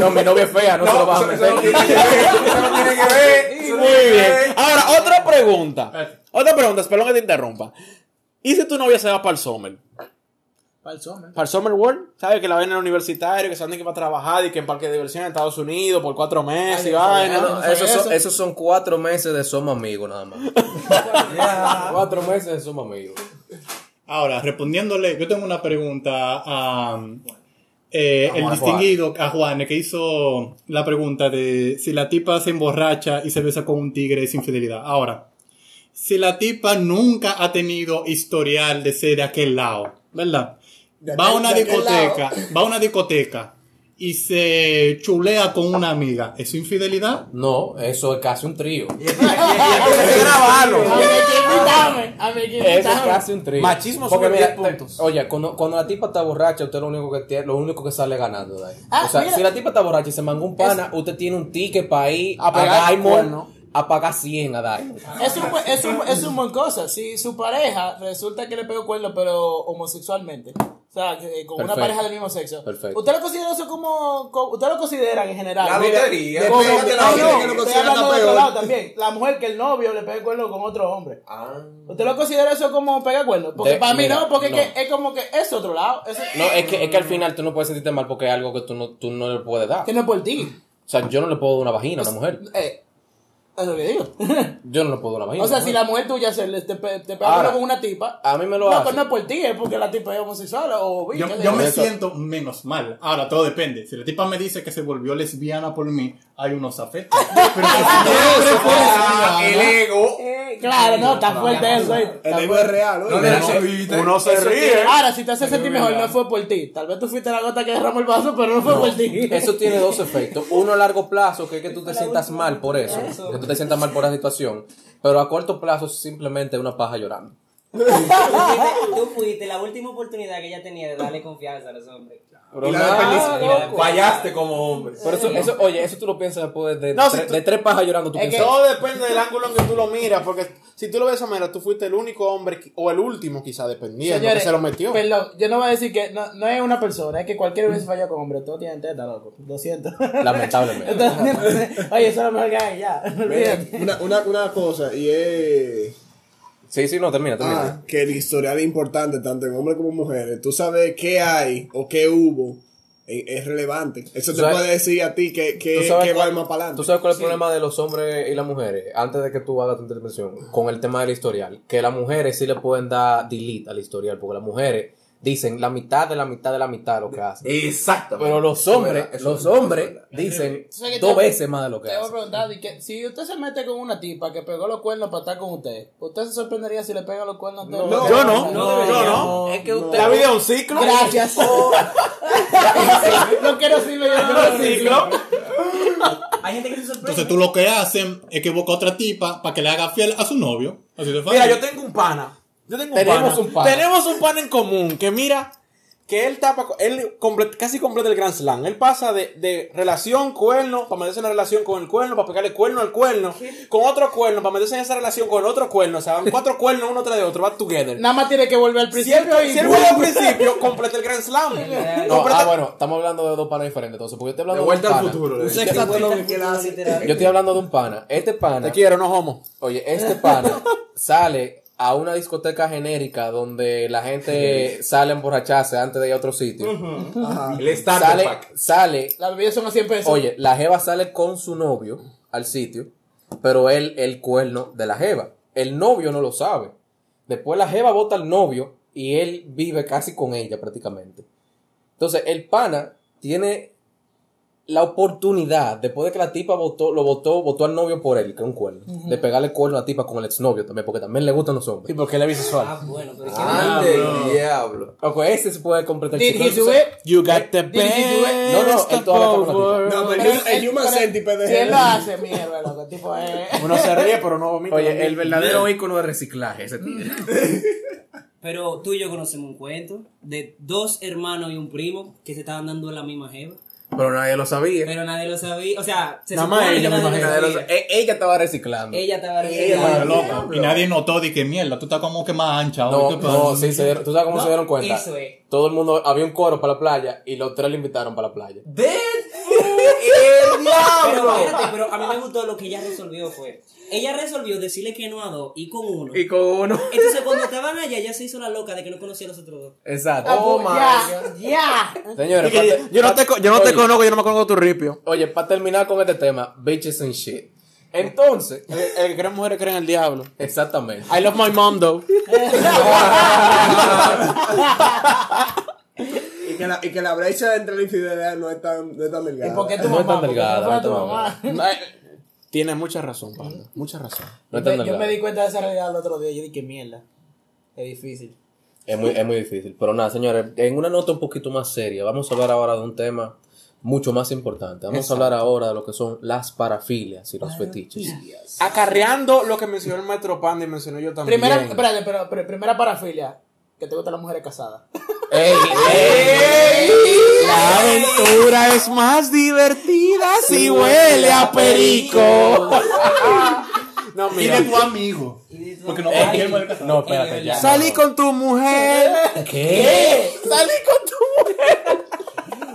S4: no, mi novia es fea, no, se lo vas a
S6: Eso
S4: meter.
S6: no tiene que ver. Eso no tiene que ver. eso no
S2: Eh, Muy
S6: tiene que
S2: bien.
S6: ver.
S2: Ahora, otra pregunta.
S8: Espérate.
S2: Otra pregunta, espero que te interrumpa. ¿Y si tu novia se va para el summer?
S3: Para el sommer.
S2: Para el summer world, ¿sabes? Que la ven en el universitario, que se anden que va a trabajar y que en parque de diversión en Estados Unidos por cuatro meses
S3: Ay,
S2: y
S3: no sabía,
S2: vaina.
S3: no.
S4: No, esos,
S3: eso.
S4: son, esos son cuatro meses de somos amigos nada más. Cuatro meses de somos amigos.
S8: Ahora, respondiéndole, yo tengo una pregunta a eh, el
S4: Juan.
S8: distinguido, a Juan, que hizo la pregunta de si la tipa se emborracha y se besa con un tigre es infidelidad. Ahora, si la tipa nunca ha tenido historial de ser de aquel lado, ¿verdad?
S7: De
S8: va a
S7: aquel-
S8: una
S7: de aquel
S8: discoteca, va a una discoteca y se chulea con una amiga, ¿es infidelidad?
S4: No, eso es casi un trío.
S3: A mí hay que invitarme. A mí hay que
S4: Eso es
S3: invitarme.
S4: casi un trío.
S2: Machismo
S4: Porque
S2: sube
S4: mira,
S2: 10 puntos.
S4: te- oye, cuando, cuando la tipa está borracha, usted lo único que tiene, lo único que sale ganando de ahí.
S3: Ah,
S4: o sea,
S3: mira.
S4: si la tipa está borracha y se manga un pana, usted tiene un ticket para ir
S2: A
S4: a,
S2: pagar
S4: pagar
S2: cuerno.
S4: a pagar 100 a Diamond.
S3: Es un, buen- es, un, es un buen cosa. Si su pareja resulta que le pegó cuerno, pero homosexualmente. O sea, que- eh, con una
S4: Perfecto.
S3: pareja del mismo sexo.
S4: Perfecto.
S3: ¿Usted lo considera eso como, co- ¿Usted lo consideran en general?
S6: La
S3: Mira,
S6: lotería.
S3: como-
S6: Depende de la
S3: no,
S6: gente
S3: no,
S6: que lo
S3: estoy
S6: considera la
S3: hablando de otro
S6: peor.
S3: lado también. La mujer que el novio le pegó cuerno con otro hombre.
S6: Ah.
S3: ¿Usted lo considera eso como pega cuerno? Porque
S4: De-
S3: para mí
S4: mira,
S3: no, porque es
S4: no.
S3: que- es como que es otro lado. Eso,
S4: No, es que, es que al final tú no puedes sentirte mal porque es algo que tú no, tú no le puedes dar.
S3: que no es por ti.
S4: O sea, yo no le puedo dar una vagina a una mujer.
S3: Eh, es lo que digo.
S4: Yo no le puedo dar una vagina.
S3: o
S4: a
S3: sea,
S4: una
S3: si
S4: mujer.
S3: la mujer tuya se le, te, pe- te pega
S4: Ahora,
S3: cuerno con una tipa.
S4: A mí me lo
S3: no,
S4: hace.
S3: pues no es por ti, es porque la tipa es homosexual o bi,
S8: Yo,
S3: qué sé
S8: yo
S3: yo.
S8: me
S4: Eso-
S8: siento menos mal. Ahora, todo depende. Si la tipa me dice que se volvió lesbiana por mí, hay unos afectos. Pero si siempre fue
S6: Ah, El
S8: lesbiana,
S6: ego.
S3: Claro, no, está fuerte eso. eh.
S7: El ego es real, oye.
S6: No le recibiste.
S2: Uno se
S6: Eso
S2: ríe.
S6: tiene-
S3: Ahora, si te hace sentir mejor, no fue por ti. Tal vez tú fuiste la gota que derramó el vaso, pero no fue por ti.
S4: Eso tiene dos efectos. Uno a largo plazo, que es que tú te sientas mal por eso, que tú te sientas mal por la situación. Pero a corto plazo, simplemente una paja llorando.
S5: Tú fuiste- Tú fuiste la última oportunidad que ella tenía de darle confianza a los hombres.
S6: Y
S4: Ah,
S6: la desperdiciaste. Fallaste como hombre.
S4: Pero eso, eso, oye, eso tú lo piensas después de,
S2: No,
S4: tre-
S2: si tú-
S4: de tres pajas llorando. Tú
S3: Es
S4: piensas,
S2: Todo depende del ángulo en que tú lo miras, porque si tú lo ves de esa manera, tú fuiste el único hombre qui- o el último, quizá, dependiendo, que se lo metió.
S3: Perdón, yo no voy a decir que no, no es una persona, es que cualquier vez falla con hombre. Todo tiene teta, loco. Lo siento.
S4: Lamentablemente.
S3: Entonces, oye, eso es lo mejor que hay, ya.
S7: Mira,
S3: Olvídate.
S7: una, una, una cosa, y es.
S4: Sí, sí, no, termina, termina.
S7: ah, que el historial es importante, tanto en hombres como en mujeres. Tú sabes qué hay o qué hubo. eh, Es relevante. Eso te
S4: ¿Sabes?
S7: puede decir a ti que, que,
S4: ¿Tú sabes
S7: que
S4: cuál-
S7: va más para adelante.
S4: ¿Tú sabes cuál es el problema de los hombres y las mujeres? Antes de que tú hagas tu intervención, con el tema del historial, que las mujeres sí le pueden dar delete al historial, porque las mujeres dicen la mitad de la mitad de la mitad de lo que hacen.
S6: Exacto.
S4: Pero los hombres, los hombres dicen
S3: Eso es que
S4: dos
S3: te-
S4: veces más de lo que
S3: Te voy a
S4: hacen.
S3: preguntar, di que si usted se mete con una tipa que pegó los cuernos para estar con usted, ¿usted se sorprendería si le pega los cuernos a todo el mundo?
S2: yo no,
S5: No,
S2: yo no.
S5: no. Es que usted.
S2: La vida es un ciclo.
S3: Gracias. no quiero decirlo yo. No
S2: Un
S3: quiero decirlo.
S2: ciclo.
S5: Hay gente que se sorprende.
S8: entonces tú lo que hacen es que busca otra tipa para que le haga fiel a su novio. Así de fácil.
S2: Mira, yo tengo un pana. Yo tengo un
S4: Tenemos
S2: pana.
S4: un pana.
S2: Tenemos un pana en común que mira que él tapa, él comple- casi completa el Grand Slam. Él pasa de, de relación cuerno para meterse en una relación con el cuerno, para pegarle cuerno al cuerno, con otro cuerno, para meterse en esa relación con el otro cuerno. O sea, van cuatro cuernos uno tras de otro, va together.
S3: Nada más tiene que volver al
S2: Si él,
S3: principio y
S2: si él vuelve al principio, completa el Grand Slam.
S4: No,
S2: Completa-
S4: ah, bueno, estamos hablando de dos panas diferentes, entonces, porque yo estoy hablando
S6: De
S4: de,
S6: vuelta
S4: un
S6: al
S4: pana.
S6: futuro. eh.
S4: Yo estoy hablando de un pana. Este pana,
S2: Te quiero, no homo.
S4: oye, este pana sale a una discoteca genérica donde la gente sale a emborracharse antes de ir a otro sitio.
S6: Ah.
S9: El starter
S4: Sale,
S9: pack.
S4: sale
S3: Las bebidas son a 100 pesos.
S4: Oye, la jeva sale con su novio al sitio, pero él el cuerno de la jeva. El novio no lo sabe. Después la jeva vota al novio y él vive casi con ella prácticamente. Entonces, el pana tiene la oportunidad, después de que la tipa votó, lo votó, votó al novio por él, que es un cuerno, de pegarle cuerno a la tipa con el exnovio también, porque también le gustan los hombres.
S2: Sí, porque él es bisexual.
S5: Ah, bueno, pero es que
S6: Ande diablo.
S4: Ojo, ese se puede completar.
S3: Ah, Did
S4: el
S3: he
S4: ciclo.
S3: do it?
S2: You got the
S3: Did he do it?
S2: best.
S4: No, no, él todavía está con la tipa.
S7: No, pero
S3: Pero
S7: el- el
S3: él-
S7: Human
S3: pero-
S7: Centipede
S3: Si
S7: es
S3: él
S7: el-
S3: lo hace, mierda, loco. Tipo, eh.
S2: Uno se ríe, pero no vomita.
S4: Oye, el verdadero ícono de reciclaje, ese tigre.
S5: Pero tú y yo conocemos un cuento de dos hermanos y un primo que se estaban dando la misma jeva.
S4: Pero nadie lo sabía.
S5: Pero nadie lo sabía. O sea, se
S2: Nada más
S5: supone que
S2: ella, me
S5: nadie lo
S2: imagino,
S4: Nadie lo
S5: sabía.
S4: sa- e- Ella estaba reciclando.
S5: Ella estaba
S8: Pero,
S5: arreglada.
S8: loco, y nadie notó de que mierda, tú estás como que más ancha
S4: No,
S8: hoy, ¿qué pasa?
S4: no, sí, se dieron, tú sabes cómo se dieron cuenta.
S5: eso es.
S4: Todo el mundo, había un coro para la playa y los tres le invitaron para la playa.
S6: ¡El
S5: Pero
S6: diablo!
S5: espérate, pero a mí me gustó lo que ella resolvió fue. Ella resolvió decirle que no a dos y con uno.
S4: Y con uno.
S5: Entonces cuando estaban allá, ella se hizo la loca de que no conocía a los otros dos.
S4: Exacto.
S5: pues,
S6: Oh my
S3: Ya, ya.
S4: Señores, pa-
S2: Yo no te, co- yo no te
S4: oye,
S2: conozco, yo no me conozco tu ripio.
S4: Oye, para terminar con este tema, bitches and shit. Entonces,
S2: El, el que cree en mujeres cree en el diablo.
S4: exactamente.
S2: I love my mom, though.
S7: Y que la, y que la brecha entre la infidelidad no es tan, no es tan delgada.
S3: ¿Y por qué tu
S4: No es tan
S3: mamá? ¿Por qué
S4: delgada,
S3: no fue
S4: no
S3: tu
S4: es tan
S3: mamá?
S2: Eh, Tienes mucha razón, Pablo. Mucha razón.
S4: No es
S3: Yo-
S4: tan
S3: Yo
S4: delgado.
S3: me di cuenta de esa realidad el otro día. Yo dije, mierda. Es difícil.
S4: Es muy, es muy difícil. Pero nada, señores, en una nota un poquito más seria, vamos a hablar ahora de un tema mucho más importante. Vamos a hablar ahora de lo que son las parafilias y los fetiches.
S2: Acarreando lo que mencionó el maestro Panda y mencioné yo también.
S3: Primera, espérate, pero, pero primera parafilia. Que te gustan las mujeres casadas.
S4: ¡Ey! ¡Ey!
S2: La aventura es más divertida si huele a perico. no,
S9: Y de
S2: mira.
S9: tu amigo. Porque no cualquier mujer casada.
S4: No, espérate, ya.
S2: Salí con tu mujer.
S4: ¿Qué?
S2: Salí con tu mujer.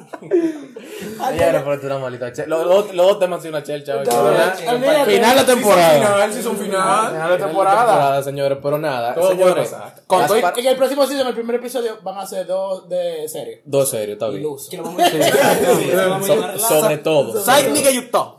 S4: Ya era por una maldita che- Los los- los dos temas han sido una chelcha hoy. ¿verdad?
S3: Olvídate.
S2: Final de temporada.
S9: Final, si es un final.
S2: Final de temporada.
S4: señores, pero nada.
S9: Todo puede
S4: señores,
S9: pasar.
S4: con
S2: Las
S4: todo y-
S2: par-
S3: En el próximo season, el primer episodio, van a ser dos de serie.
S4: Dos serios, está bien.
S3: Iluso.
S8: Ah,
S4: So- sobre todo.
S2: Side nigga you talk.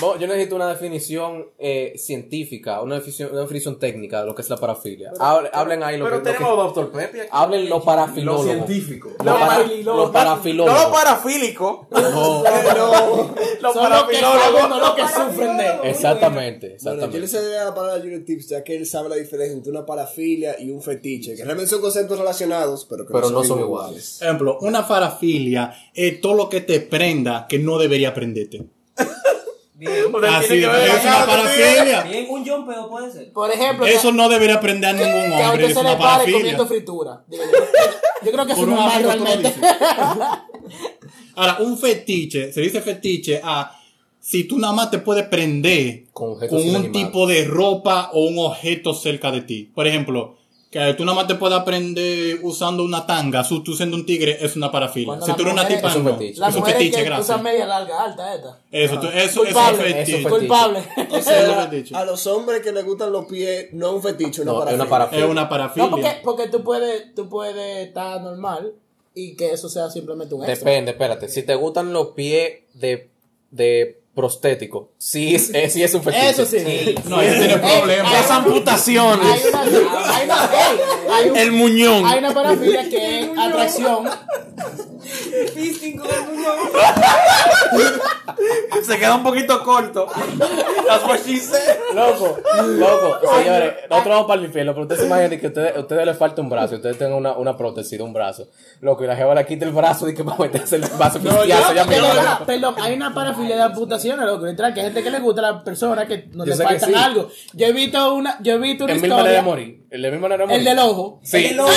S4: Vamos, yo necesito una definición eh, científica, una definición, una definición técnica de lo que es la parafilia. Hable- hablen ahí lo
S9: Pero
S4: que, lo
S9: tenemos
S4: que-
S9: a Dr. Pepe aquí.
S4: hablen los
S9: Lo
S4: parafilólogos.
S9: científico.
S4: Los, para- los
S2: No
S4: parafilólogos.
S2: parafílico.
S9: Los
S3: Son los que
S9: parafilólogos.
S3: saben, no los que sufren de.
S4: Exactamente,
S7: Bueno, yo
S4: exactamente.
S7: le sé la palabra a Juliet Tips, ya que él sabe la diferencia entre una parafilia y un fetiche, que realmente son conceptos relacionados, pero que
S4: Pero no son iguales.
S8: Ejemplo, una parafilia es todo lo que te prenda que no debería prenderte.
S5: Bien,
S8: Así es,
S9: ver
S8: es una parafilia.
S5: bien, un jumpeo puede ser.
S3: Por ejemplo,
S8: Eso
S3: que-
S8: no debería prender ningún
S3: que a usted
S8: hombre.
S3: se
S8: Es
S3: le
S8: una
S3: pare
S8: parafilia.
S3: comiendo fritura. Digo, yo, yo creo que eso
S8: Por un
S3: no es mal
S8: amigo tú lo
S3: realmente.
S8: dices. Ahora, un fetiche, se dice fetiche a si tú nada más te puedes prender
S4: Con
S8: con,
S4: objetos
S8: un
S4: inanimados.
S8: tipo de ropa o un objeto cerca de ti. Por ejemplo, que tú nada más te puedas prender usando una tanga, su- tú siendo un tigre, es una parafilia.
S3: Cuando
S8: si
S3: las
S8: tú eres una
S3: mujeres-
S8: tipa,
S4: Es un
S8: no.
S4: fetiche.
S3: Las
S8: Es un
S3: mujeres
S8: fetiche,
S3: que
S8: gracias.
S3: usan media larga, alta, esta.
S8: Eso, tú- eso, eso es un
S3: Culpable.
S8: fetiche.
S4: Eso fue-
S3: Culpable.
S8: Eso es un fetiche.
S7: A los hombres que les gustan los pies, no un fetiche, una
S4: No, es
S7: parafilia.
S4: una parafilia.
S8: Es una parafilia.
S3: No, porque, porque tú puedes, tú puedes estar normal y que eso sea simplemente un extra.
S4: Depende, espérate. Si te gustan los pies de, de prostético, sí es, es- sí es un fetiche.
S3: Eso sí.
S8: No, ese
S3: Eh,
S8: tiene problema.
S3: hay
S2: Las
S3: una- Hay
S2: amputaciones.
S3: una, hay una, ey, hay un-
S2: El muñón.
S3: hay una parafilia que es atracción.
S2: Se queda un poquito corto. Las bochices.
S4: Loco, loco, señores, nosotros vamos para el infierno, pero ustedes se imaginan que a ustedes, a ustedes les falta un brazo, y ustedes tengan una, una prótesis de un brazo. Loco, y la jeva le quita el brazo y que va a meterse el brazo
S3: No,
S4: pispiazo, ya
S3: de
S4: me
S3: verdad, perdón, hay una parafilia de amputaciones, loco, literal, que hay gente que le gusta a la persona que no
S4: Yo
S3: le
S4: sé que
S3: faltan
S4: sí.
S3: algo. Yo he visto una, yo he visto una
S4: En mil
S3: historia,
S4: maneras de morir. En la misma manera de morir.
S3: el del ojo,
S4: Sí.
S5: El otro,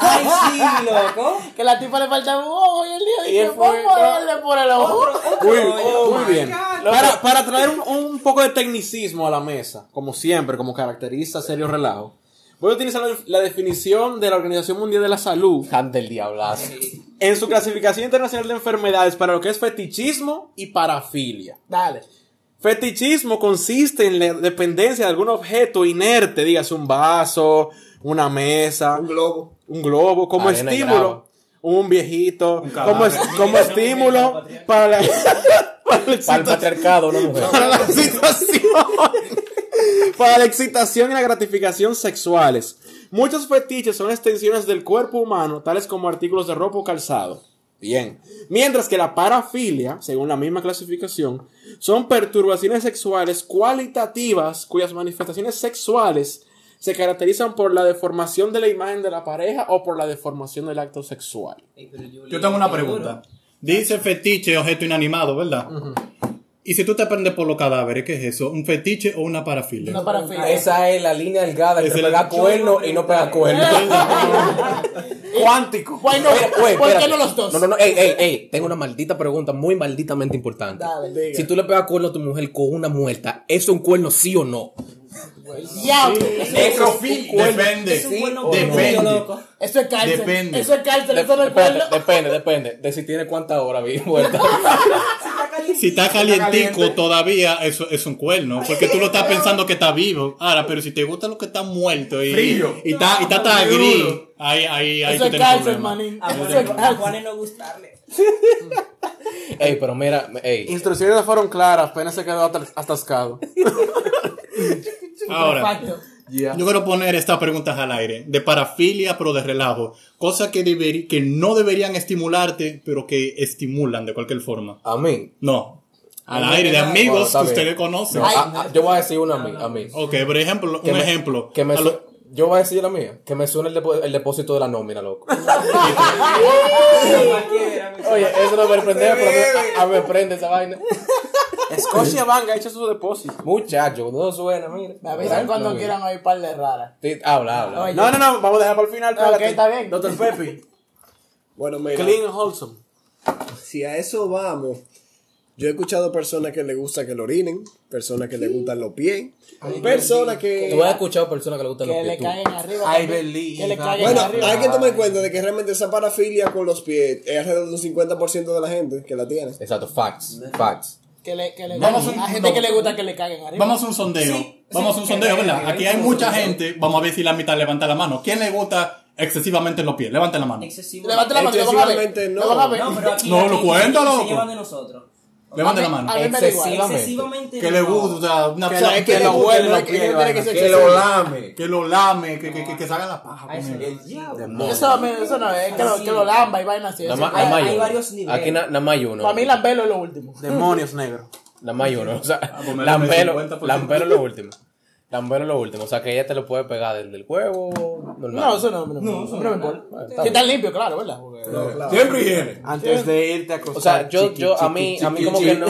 S5: Ay, sí, loco.
S3: que la tipa le faltaba un ojo y el día
S4: él
S3: dice,
S4: fue-
S3: vamos a darle por el ojo.
S2: Muy, muy bien. Para, para traer un, un poco de tecnicismo a la mesa, como siempre, como caracteriza Serio Relajo, voy a utilizar la, la definición de la Organización Mundial de la Salud
S4: Hand del diablazo.
S2: en su clasificación internacional de enfermedades para lo que es fetichismo y parafilia.
S3: Dale.
S2: Fetichismo consiste en la dependencia de algún objeto inerte, digas un vaso, una mesa,
S7: Un globo.
S2: un globo, como
S4: Arena y grava.
S2: estímulo, un viejito, como, es-
S9: cadáver.
S2: como estímulo para la, para la
S4: Para el
S2: excita-
S4: patriarcado, una mujer.
S2: para la excitación. Para la excitación y la gratificación sexuales. Muchos fetiches son extensiones del cuerpo humano, tales como artículos de ropa o calzado. Bien. Mientras que la parafilia, según la misma clasificación, son perturbaciones sexuales cualitativas cuyas manifestaciones sexuales se caracterizan por la deformación de la imagen de la pareja o por la deformación del acto sexual.
S8: Yo tengo una pregunta. Dice fetiche, objeto inanimado, ¿verdad? Y si tú te prendes por los cadáveres, ¿qué es eso? ¿Un fetiche o una parafilia?
S3: No para fin.
S4: Esa es la línea delgada entre
S8: Esa es
S4: pegar
S8: la-
S4: cuerno y no pegar cuerno.
S2: Cuántico.
S3: Bueno,
S4: Espera, güey,
S3: ¿por qué
S4: espérate.
S3: no los dos?
S4: No, no, no, ey, ey, ey. Tengo una maldita pregunta muy malditamente importante.
S3: Dale.
S4: Si tú le pegas cuerno a tu mujer con una muerta, ¿eso es un cuerno sí o no?
S3: Diablo.
S8: Depende.
S5: Es un cuerno
S8: Depende.
S5: loco.
S3: Eso es cárcel.
S8: Depende.
S3: Eso es cárcel. Eso no es
S4: Espérate,
S3: cuerno.
S4: depende, depende. De si tiene cuántas horas bien muerta.
S8: Si está calientico todavía, eso es un cuerno. Porque tú lo estás pensando que está vivo. Ahora, pero si te gusta lo que está muerto y,
S9: Frío.
S8: y está, y está, hasta gris, ahí, ahí, ahí
S3: Eso
S8: tú
S3: es
S8: tienes
S3: cárcel,
S8: problemas.
S3: manín.
S5: A
S3: Eso es
S5: Juanes no- a
S3: cárcel.
S5: Juanes no gustarle.
S4: Ey, pero mira, ey.
S2: Instrucciones no fueron claras, apenas se quedó atas- atascado.
S8: Ahora,
S3: Perfecto.
S8: yo quiero poner estas preguntas al aire. De parafilia, pero de relajo. Cosas que, deberi- que no deberían estimularte, pero que estimulan de cualquier forma.
S4: A mí.
S8: No. Al aire, de
S4: Bueno,
S8: amigos
S4: está
S8: que
S4: bien.
S8: ustedes conocen.
S4: No, a- a- yo voy a decir una a mí. A mí.
S8: Ok, por ejemplo,
S4: Que
S8: un
S4: me-
S8: ejemplo.
S4: Que me
S8: A
S4: su-
S8: lo-
S4: Yo voy a decir la mía. Que me suena el, depo- el depósito de la nómina, loco. Oye, eso no me prende, pero a, a- me prende esa vaina.
S2: Escocia Bank ha hecho su depósito.
S4: Muchacho, no suena, mira.
S3: Me avisan cuando
S4: Mira.
S3: quieran oír par de raras.
S4: Sí, Habla, habla.
S3: Oye.
S2: No, no, no, vamos a dejar para el final.
S3: Ok,
S2: espérate.
S3: está bien.
S2: Dr. Pepe,
S7: Bueno, mira.
S2: clean and wholesome.
S7: Si a eso vamos, yo he escuchado personas que le gusta que lo orinen, personas que le gustan los pies, personas que.
S4: Tú has escuchado personas que le gustan los
S3: Que
S4: pies.
S3: le
S4: tú.
S3: caguen arriba.
S2: Ay,
S3: también.
S2: Belinda.
S3: Que le caguen
S7: Bueno,
S3: arriba.
S7: hay que tomar en cuenta de que realmente esa parafilia con los pies es alrededor de un 50% de la gente que la tiene.
S4: Exacto, facts. Facts.
S3: Que le, que le
S8: Vamos a un-
S3: Hay gente que
S8: no.
S3: le gusta que le caguen arriba.
S8: Vamos a un sondeo. Vamos a un sondeo, ¿verdad? Aquí hay mucha gente. Vamos a ver si la mitad levanta la mano. ¿Quién le gusta excesivamente los pies? Levante la mano.
S5: Excesivo.
S3: Levanta la mano, lo van a ver.
S7: Excesivamente no.
S3: Lo van a ver.
S5: No, pero aquí.
S8: No, lo
S5: aquí-
S8: cuenta,
S5: aquí
S8: loco.
S5: Se llevan de nosotros.
S8: Levante la
S3: A
S8: mano.
S3: mí me da igual.
S5: Excesivamente.
S8: Que le
S5: no.
S8: gusta una
S7: O sea, es que,
S8: que,
S7: le
S8: lo,
S7: gusta,
S2: huele,
S7: no
S2: lo
S7: es que- no
S2: piel,
S7: tiene que ser
S9: Que lo lame.
S8: que lo lame, que, que, que, que se haga la paja. pues,
S5: A eso
S8: con él.
S5: no.
S3: No, Eso, me- eso no es. Que lo, que lo lamba y vaina así.
S4: Nada
S3: eso
S4: más-
S3: no es.
S4: nada más hay
S5: hay
S4: uno.
S5: varios niveles.
S4: Aquí na- nada más hay uno.
S3: Para mí, lambelo es lo último.
S2: Demonios negros.
S4: Nada más hay uno. O sea,
S8: pues me dame
S4: lampero,
S8: 50%.
S4: lampero es lo último. Lampero es lo último. O sea, que ella te lo puede pegar desde el huevo. Normal.
S3: No, eso no. No, no, no me importa. Si están limpios, claro, ¿verdad? Porque-
S9: Siempre higiene.
S2: Antes de irte a acostar.
S4: O sea, yo, yo, a mí, a mí como que no.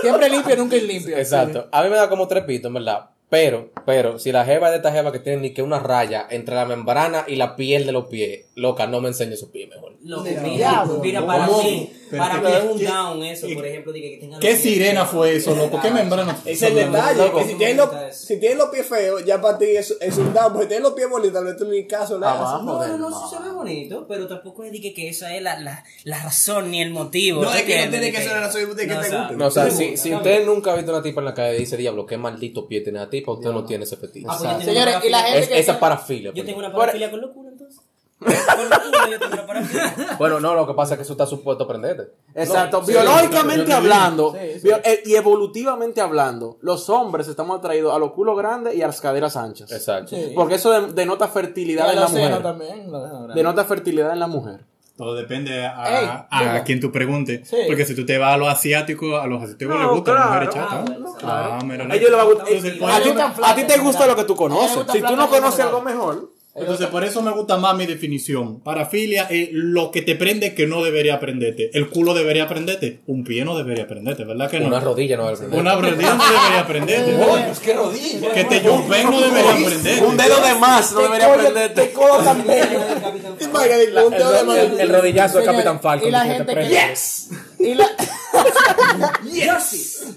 S3: Siempre limpio, nunca limpio.
S4: Exacto. A mí me da como tres pitos, en verdad. Pero, pero, si la jeva es de esta jeva que tiene ni que una raya entre la membrana y la piel de los pies, loca, no me enseñe su pie mejor.
S5: Lo que mira, mira, para mí, para mí es un down eso, por ejemplo, de que, que tenga
S8: ¿Qué
S5: los pies-
S8: sirena fue eso, loco? ¿Qué membrana?
S7: Es el detalle.
S4: Loco.
S7: que si, tienes los, si tienes los pies feos, ya para ti es, es un down. Porque si tienes los pies bonitos, no tú ni caso le haces.
S2: Abajo.
S5: No, no, no, eso se ve bonito, pero tampoco es de que, que esa es la, la, la razón ni el motivo.
S6: No,
S5: ¿tú
S6: es que no
S5: entiendes?
S6: tiene que
S5: De
S6: ser la razón y de que
S5: No,
S6: te
S5: o sea,
S6: guste.
S4: No, o sea, si, si usted nunca ha visto una tipa en la calle y dice, diablo, qué maldito pie tiene la tipa, usted no tiene ese fetiche.
S5: Ah, pues yo tengo
S3: Señores,
S5: una
S3: y la
S5: parafilia.
S3: gente
S4: Es-
S3: que-
S4: esa es pues. parafilia.
S5: Yo
S4: perdón.
S5: tengo una parafilia con locura, entonces. Con locura yo tengo una parafilia.
S4: Bueno, no, lo que pasa es que eso está supuesto a prenderte.
S2: Exacto. Biológicamente hablando bio- e- y evolutivamente hablando, los hombres estamos atraídos a los culos grandes y a las caderas anchas.
S4: Exacto.
S2: Porque eso de- denota
S3: Y
S2: fertilidad
S3: a
S2: en la
S3: la cena
S2: mujer.
S3: también. la cena grande.
S2: Denota fertilidad en la mujer.
S8: Todo depende
S3: Ey,
S8: a, a
S3: venga.
S8: quien tú preguntes.
S3: Sí.
S8: Porque si tú te vas a los asiáticos, a los asiáticos les
S2: No,
S8: gusta la mujer
S2: claro,
S8: chata.
S5: no,
S8: Ah, mira,
S2: A ellos les va a gustar-
S8: Entonces,
S2: A ti,
S8: por-
S3: gustan
S2: a ti te
S3: flacas,
S2: gusta
S3: ¿verdad?
S2: lo que tú
S3: A mí me
S2: conoces.
S3: gustan
S2: Si tú no
S3: flacas,
S2: conoces
S3: ¿verdad?
S2: algo mejor,
S8: Entonces, por eso me gusta más mi definición. Parafilia es lo que te prende que no debería prenderte. El culo debería prenderte. Un pie no debería prenderte, ¿verdad que no?
S4: Una rodilla no va a prender.
S8: Una rodilla no debería prenderte.
S9: Es que rodilla.
S8: que te jumpen no debería prenderte.
S2: un dedo de más no debería prenderte.
S7: Te imaginas, un dedo de mano.
S4: El, el rodillazo de
S3: Señores,
S4: Capitán Falcon.
S3: y la
S4: que te
S3: gente que-
S4: prende.
S3: Yes. Y la...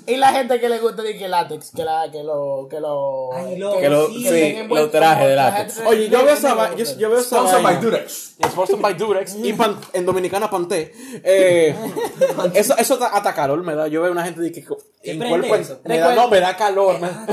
S3: Y la gente que le gusta de que látex, que la que lo que lo
S5: Ay, lo-
S4: Que lo-
S5: Sí,
S4: sí,
S3: tenga envuelto
S4: lo traje de
S3: la
S4: látex.
S3: gente-
S2: Oye, yo veo esa
S3: no,
S2: va-
S3: no,
S2: yo,
S3: no,
S2: yo veo esa
S9: Sponsored by
S2: vaina.
S9: Durex.
S2: Sponsored by Durex y pan- en Dominicana Panté. Eh, eso, eso hasta calor me da. Yo veo una gente de que co-
S5: ¿Te
S2: en
S5: prende
S2: cuerpo en-
S5: eso?
S2: me da, no, me da calor. man.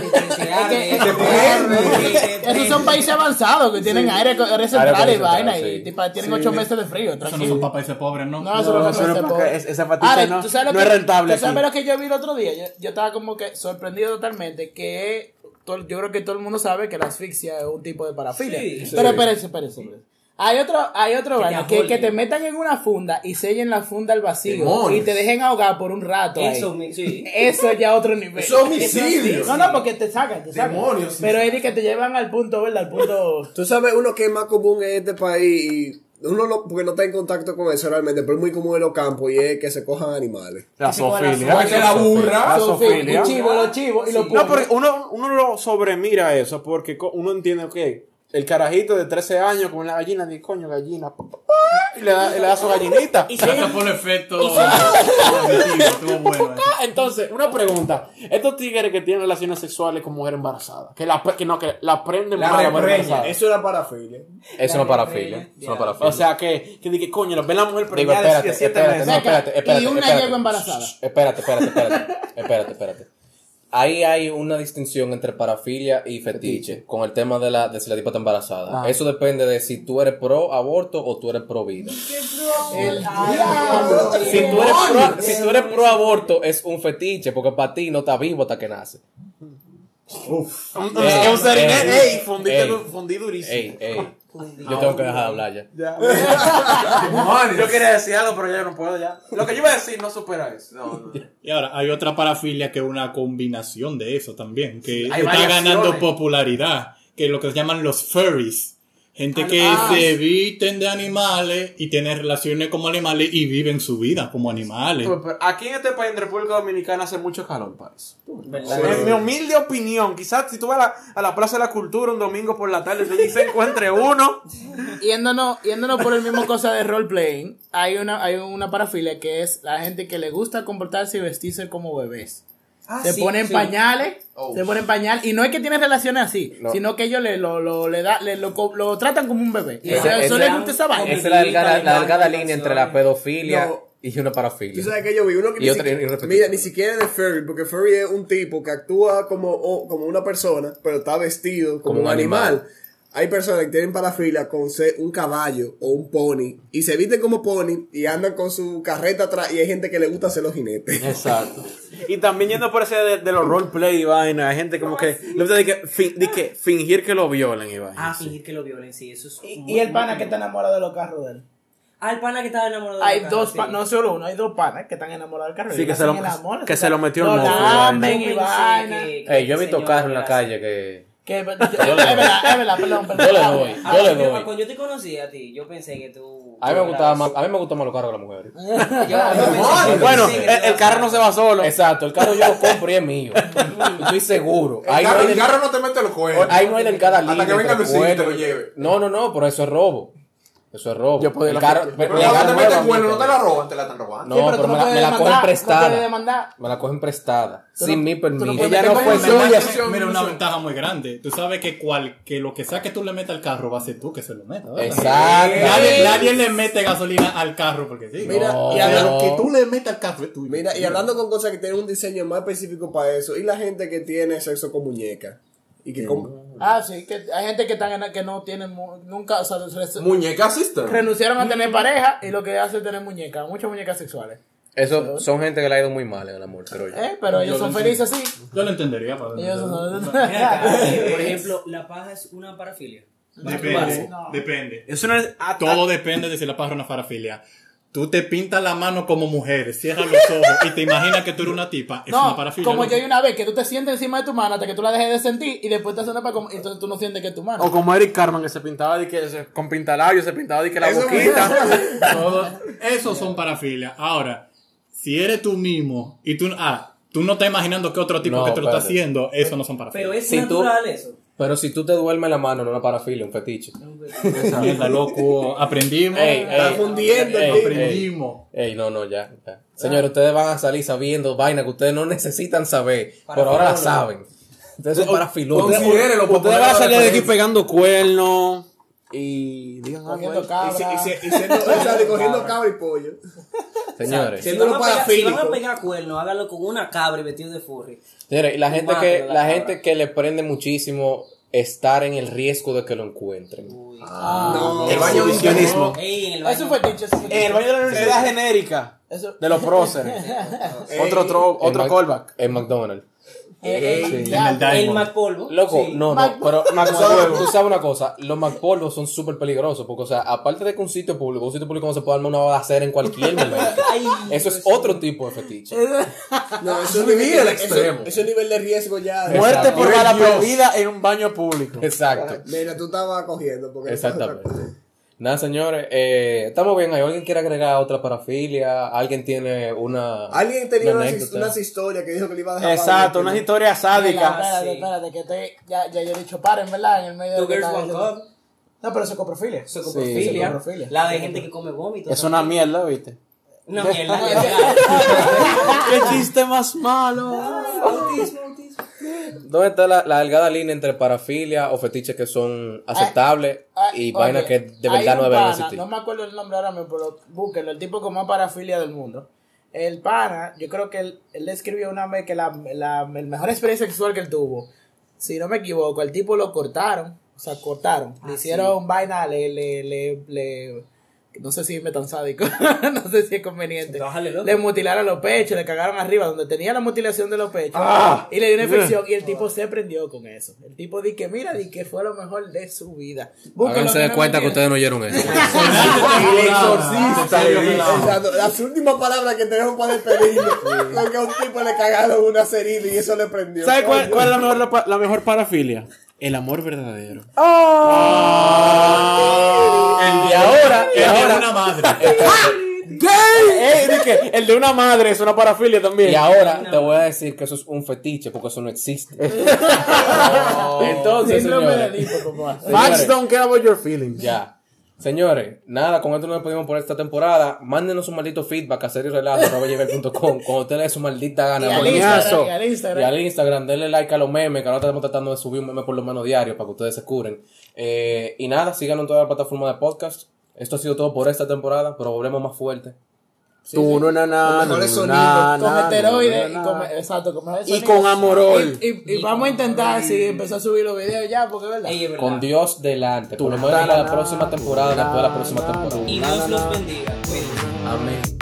S3: Esos son países avanzados que tienen aire, co- aire central y
S4: aire central,
S3: vaina y
S4: sí.
S3: tipo, tienen ocho meses de frío.
S8: Eso no
S3: Tranquilo.
S8: son para países pobres, ¿no?
S3: No, eso no,
S2: eso no
S3: se
S2: es
S3: puede.
S2: porque es- esa patita no-
S3: ¿tú sabes lo
S2: no es rentable
S3: ¿tú sabes
S2: aquí.
S3: lo que yo vi el otro día? Yo, yo estaba como que sorprendido totalmente que to- yo creo que todo el mundo sabe que la asfixia es un tipo de parafilia.
S5: Sí.
S3: Pero espérense, espérense. espérense. Hay otro, hay otro
S5: te
S3: vaina, que, que
S5: aholen.
S3: te metan en una funda y sellen la funda al vacío
S9: Demonios.
S3: y te dejen ahogar por un rato. ahí.
S5: Eso, mi- sí.
S3: Eso es ya otro nivel.
S9: Eso es homicidio.
S3: No, no, porque te sacan, te sacan.
S9: Demonios.
S3: Pero es de que te llevan al punto, ¿verdad? Al punto.
S7: Tú sabes, uno que es más común en este país, y uno no, porque no está en contacto con eso realmente, pero es muy común en los campos y es que se cojan animales.
S2: La sofilia.
S9: Porque la burra.
S2: La
S3: Sofía,
S2: sofilia.
S3: los chivos, los chivos y los
S2: No,
S3: puros.
S2: porque uno, uno lo sobremira eso porque co- uno entiende que el carajito de 13 años con una gallina, dice, coño, gallina, pa, pa, pa", y le da, y le da su gallinita.
S8: Gracias por el efecto. positivo, Estuvo bueno.
S2: Ah, Entonces, una pregunta. Estos tigres que tienen relaciones sexuales con mujer embarazada, que la, pre- que no, que la prenden
S9: La
S2: para la mujer
S9: repreña.
S2: embarazada.
S7: Eso era parafilia.
S4: Eso no es parafilia. Eso no es parafilia.
S2: O sea, que, que dije, coño, ven la mujer
S4: Digo,
S2: preñada de
S4: espérate,
S2: siete
S4: espérate,
S2: meses.
S4: no, espérate,
S3: Saca,
S4: espérate.
S3: y una
S4: espérate.
S3: yegua embarazada.
S4: Shh, Espérate, espérate, espérate. Espérate, espérate. Ahí hay una distinción entre parafilia y fetiche, con el tema de, la, de si la tipa está embarazada.
S3: Ah.
S4: Eso depende de si tú eres pro aborto o tú eres pro vida. Si tú eres pro, si tú eres pro aborto, es un fetiche, porque para ti no está vivo hasta que nace.
S2: Un-
S4: Ey,
S2: un- un serinete.
S4: ey,
S2: Ey, fundiste
S4: eh, ey.
S2: du- fundí durísimo.
S4: Ey, ey. Yo tengo que dejar de hablar ya.
S2: Yo quería decir algo, pero ya no puedo ya. Lo que yo iba a decir no supera eso.
S8: Y ahora hay otra parafilia que es una combinación de eso también, que
S2: hay
S8: está
S2: variaciones.
S8: ganando popularidad, que es lo que se llaman los furries. Gente que
S2: Ah.
S8: se visten de animales y tienen relaciones como animales y viven su vida como animales.
S2: Pero- pero Aquí en este país, en República Dominicana, hace mucho calor para eso.
S5: ¿Verdad?
S2: En mi humilde opinión, quizás si tú vas a la, a la Plaza de la Cultura un domingo por la tarde, allí se encuentre uno.
S3: Yéndonos, yéndonos por el mismo cosa de role playing, hay una, hay una parafilia que es la gente que le gusta comportarse y vestirse como bebés.
S5: Ah,
S3: se ponen pañales,
S5: Oh,
S3: se ponen pañal y no es que tienen relaciones así,
S4: No.
S3: sino que ellos le lo, lo- le da, le, lo, co- lo tratan como un bebé.
S5: Ese-
S3: o sea, eso
S5: ese-
S3: les gusta esa vaina.
S4: Esa es la delgada, la delgada línea entre la pedofilia
S7: No.
S4: y una
S7: Tú
S4: parafilia.
S7: sabes que yo vi uno que
S4: Y
S7: ni,
S4: otra
S7: siquiera-
S4: irrespetable.
S7: mira, ni siquiera es de furry, porque furry es un tipo que actúa como, o- como una persona, pero está vestido como, un animal. Hay personas que tienen parafilia con ser un caballo o un pony y se visten como pony y andan con su carreta atrás y hay gente que le gusta hacer los jinetes.
S2: Exacto. Y también yendo por ese de, de los roleplay y vaina, hay gente como que le gusta de que, fin- de que fingir que lo violen y vaina.
S5: Ah, fingir que lo violen, sí, eso es.
S3: Y,
S5: muy-
S3: y el pana que está enamorado de los carros de él.
S5: Ah, el pana que estaba enamorado de
S3: Hay
S5: la
S3: dos,
S5: cara,
S3: pa- no solo uno, hay dos panas que están enamorados del carro.
S2: Sí,
S3: Y
S2: que se lo-
S3: hacen el amor,
S2: que
S3: o
S2: se
S3: sea,
S2: lo metió el
S3: lo
S2: moco y
S3: lamen y
S5: Ah, sí,
S3: vaina.
S5: que- que
S4: Ey, yo he visto
S5: señor,
S4: carros en la
S5: gracias.
S4: calle que.
S3: Que, es verdad, es verdad, perdón, perdón.
S4: Yo le doy.
S5: Ah,
S4: Yo le
S5: pero
S4: doy.
S5: Cuando yo te conocí a ti, yo pensé que tú.
S4: A mí me gustaba
S5: gustabas
S4: más, a mí me gustan más los carros que las mujeres.
S5: Ah,
S2: Bueno, el, el carro no se va solo.
S4: Exacto, el carro yo lo compro y es mío. Estoy seguro.
S9: El
S4: Ahí no
S9: carro,
S4: hay,
S9: el carro no te mete los cuernos.
S4: ahí no hay delgada línea.
S9: que venga
S4: entre
S9: Luisito y te lo
S4: cuernos.
S9: lleve.
S4: No, no, no, pero eso es robo. Eso es robo.
S2: Yo podía
S4: el
S2: la-
S4: carro,
S2: Pero
S9: Pero
S4: mi
S9: cuando te
S4: carro
S9: mete
S4: nuevo,
S9: cuerno, no
S4: amigo.
S9: te la roban, te la están
S2: Ah,
S9: robando.
S4: No, pero, me, la, me la cogen
S3: No
S4: prestada.
S3: demandar.
S4: me la cogen prestada. sin pues, mi permiso.
S2: puedes meter
S4: fue
S2: como una
S4: suya.
S2: mano.
S8: Mira, una ventaja muy grande. Tú sabes que cual que lo que sea que tú le metas al carro va a ser tú que se lo metas. ¿verdad? Nadie,
S4: Exacto.
S8: nadie le mete gasolina al carro porque sí.
S7: Mira,
S4: No.
S8: y a lo que tú le metas al carro es tuyo.
S7: Mira, y hablando con cosas que tienen un diseño más específico para eso, y la gente que tiene sexo con muñeca y que con-
S3: Ah, sí, que hay gente que, están en- que no tienen mu- nunca, o sea, re-
S9: Muñeca sister.
S3: renunciaron a tener pareja y lo que hacen es tener muñecas, muchas muñecas sexuales.
S4: Eso son gente que le ha ido muy mal en el amor, creo yo.
S3: ¿Eh? Pero ellos
S8: Yo
S3: son
S8: lo
S3: felices así.
S8: Yo lo entendería. Para
S3: Ellos son...
S5: Por ejemplo, la paja es una parafilia.
S8: Depende, depende.
S2: Eso no es. ah,
S8: Todo depende de si la paja es una parafilia. Tú te pintas la mano como mujer, cierras los ojos y te imaginas que tú eres una tipa. Es una
S3: No,
S8: parafilia.
S3: como
S8: ¿no?
S3: yo hay una vez que tú te sientes encima de tu mano hasta que tú la dejes de sentir y después te haces una para como, entonces tú no sientes que es tu
S2: O
S3: mano.
S2: como Eric Carman que se pintaba de que se- con pintalabios, se pintaba de que la
S7: Eso me-
S2: boquita.
S8: Todo- esos son parafilias. Ahora, si eres tú mismo y tú, ah, tú no estás imaginando que otro tipo
S4: No,
S8: que te lo está
S4: espérate.
S8: haciendo, eso no son
S5: Pero
S8: parafilias.
S5: es
S4: Si tú-
S5: natural eso.
S4: Pero si tú te duermes la mano, no una parafilia, un fetiche.
S8: Esa mierda, loco. Aprendimos.
S4: Ey, ey.
S8: Está fundiendo el
S4: Ey,
S8: tipo.
S4: ey.
S8: aprendimos.
S4: Ey, no, no, ya. ya. Señores, ustedes van a salir sabiendo vainas que ustedes no necesitan saber, pero ahora las saben. Ustedes son parafilones.
S9: Considérelo, por
S2: Ustedes
S9: ponerlo
S2: van a
S9: de
S2: salir de aquí
S9: referencia.
S2: pegando cuernos. Y digan "Ah, algo.
S3: Cogiendo
S2: ahí.
S7: Y, si-
S3: cabra.
S7: y si- y siendo- o sea, de cogiendo cabra y pollo.
S4: Señores.
S5: Si
S7: Siendo
S5: van,
S7: lo
S5: a pegar, si van a
S7: parafílico.
S5: pegar cuerno, hágalo con una cabra y vestido de furry.
S4: Señores, y la gente
S5: Madre
S4: que,
S5: de la
S4: la
S5: cabra.
S4: gente que le prende muchísimo estar en el riesgo de que lo encuentren.
S5: Uy.
S3: Ah,
S7: No,
S9: El baño de un
S7: exhibicionismo.
S5: Ey, en el baño.
S3: Eso fue dicho. Eso fue
S2: El
S3: dicho.
S2: baño de la universidad genérica.
S3: Eso-
S2: De los próceres. otro tro-
S4: En
S2: otro
S4: Mac-
S2: callback.
S4: En McDonald's.
S3: Eh, eh,
S2: Sí.
S3: ya.
S8: En el Diamond.
S5: El Macpolvo.
S4: Loco,
S5: Sí.
S4: no, no,
S3: Mac-
S4: pero
S2: Mac-
S4: tú sabes-
S2: Mac-
S4: tú sabes una cosa, los McPolvos son súper peligrosos, porque, o sea, aparte de que un sitio público, un sitio público no se puede armar una balacera en cualquier momento.
S5: Ay,
S4: Eso es otro tipo de fetiche.
S7: No, eso es un
S9: Vivir
S7: nivel,
S9: al
S7: eso-
S9: extremo.
S7: eso es un nivel de riesgo ya. de-
S2: Muerte por
S9: Por
S2: bala
S9: Dios.
S2: perdida en un baño público.
S4: Exacto.
S7: Mira, tú estabas cogiendo. Porque
S4: Exactamente. Nada, señores, eh, estamos bien ahí. ¿Alguien quiere agregar otra parafilia? ¿Alguien tiene una.
S7: Alguien tenía unas, his-
S4: anécdota?
S7: unas historias que dijo que le iba a dejar. para
S2: Exacto,
S7: último.
S2: unas historias sádicas.
S5: sí.
S3: Espérate, espérate, que estoy. Ya, ya yo he dicho paren, ¿verdad? En el medio de.
S5: Two
S3: lo que
S5: Girls
S3: estaba
S5: One
S3: diciendo.
S5: Cup.
S3: No, pero eso es coprofilia.
S5: Socoprofilia.
S3: socoprofilia.
S5: La de gente que come vómitos.
S2: Es una mierda, ¿viste?
S5: No, mierda, mierda.
S2: ¡Qué chiste más malo!
S5: Autismo, autismo.
S4: ¿Dónde está la, la delgada línea entre parafilia o fetiches que son aceptables
S3: Ay,
S4: y vainas
S3: Ah, oye,
S4: que de
S3: hay
S4: verdad
S3: un
S4: no deben
S3: pana,
S4: existir?
S3: No me acuerdo el nombre ahora mismo, pero búsquenlo. El tipo con más parafilia del mundo. El pana, yo creo que él, él escribió una vez que la, la- el mejor experiencia sexual que él tuvo, si no me equivoco, el tipo lo cortaron. O sea, cortaron. le hicieron vaina, le, le, le, le- No sé si me tan sádico. no sé si es conveniente.
S5: Bájale, loco.
S3: Le mutilaron los pechos, le cagaron arriba donde tenía la mutilación de los pechos.
S4: Ah,
S3: y le dio una infección. Y el tipo se prendió con eso. El tipo di que, mira, di que fue lo mejor de su vida. Búsquenlo,
S4: Háganse
S3: que
S4: de
S3: no
S4: cuenta que
S3: me
S4: ustedes no oyeron eso.
S7: El
S8: Ah,
S7: exorcista.
S8: sí,
S7: le
S8: yo
S7: dice.
S8: me la-
S7: Exacto. Las últimas palabras que tenemos para despedirnos. Porque a un tipo le cagaron una cerilla y eso le prendió.
S2: ¿Sabes cuál, cuál es la mejor, la, mejor parafilia? El amor verdadero. Ah. El de ahora,
S8: Y
S2: y
S8: ahora
S2: ahora.
S8: una madre.
S2: Ey, di que Eh, el de una madre es una parafilia también.
S4: Y ahora te voy a decir que eso es un fetiche porque eso no existe. Entonces,
S3: Síndrome de
S4: señores,
S3: Edipo, papá.
S2: Facts
S4: Señores.
S2: don't care about your feelings.
S4: ya. Señores, nada, con esto nos despedimos por esta temporada. Mándenos un maldito feedback a seriorelajo.com cuando usted le dé su maldita
S3: Y
S4: gana.
S3: al
S4: coñazo.
S3: Instagram, y al
S4: Y
S3: Instagram.
S4: al Instagram, denle like a los memes, que ahora estamos tratando de subir un meme por lo menos diario para que ustedes se curen. Eh, y nada, síganos en todas las plataformas de podcast. Esto ha sido todo por esta temporada, pero volvemos más fuerte.
S2: Tú, no, na, na,
S7: Los mejores
S2: na,
S7: sonidos.
S2: na,
S3: Con
S2: na,
S3: heteroides
S2: na,
S3: y
S2: na.
S3: con. Exacto, con mejores
S2: Y
S3: sonidos.
S2: con Amorol.
S3: Y, y- y vamos a intentar si empezar a subir los videos ya, porque es verdad.
S5: Ey, es verdad.
S4: Con Dios delante. Por lo menos en la próxima temporada, después de la próxima temporada.
S5: Y Dios los bendiga. Cuídense.
S4: Amén.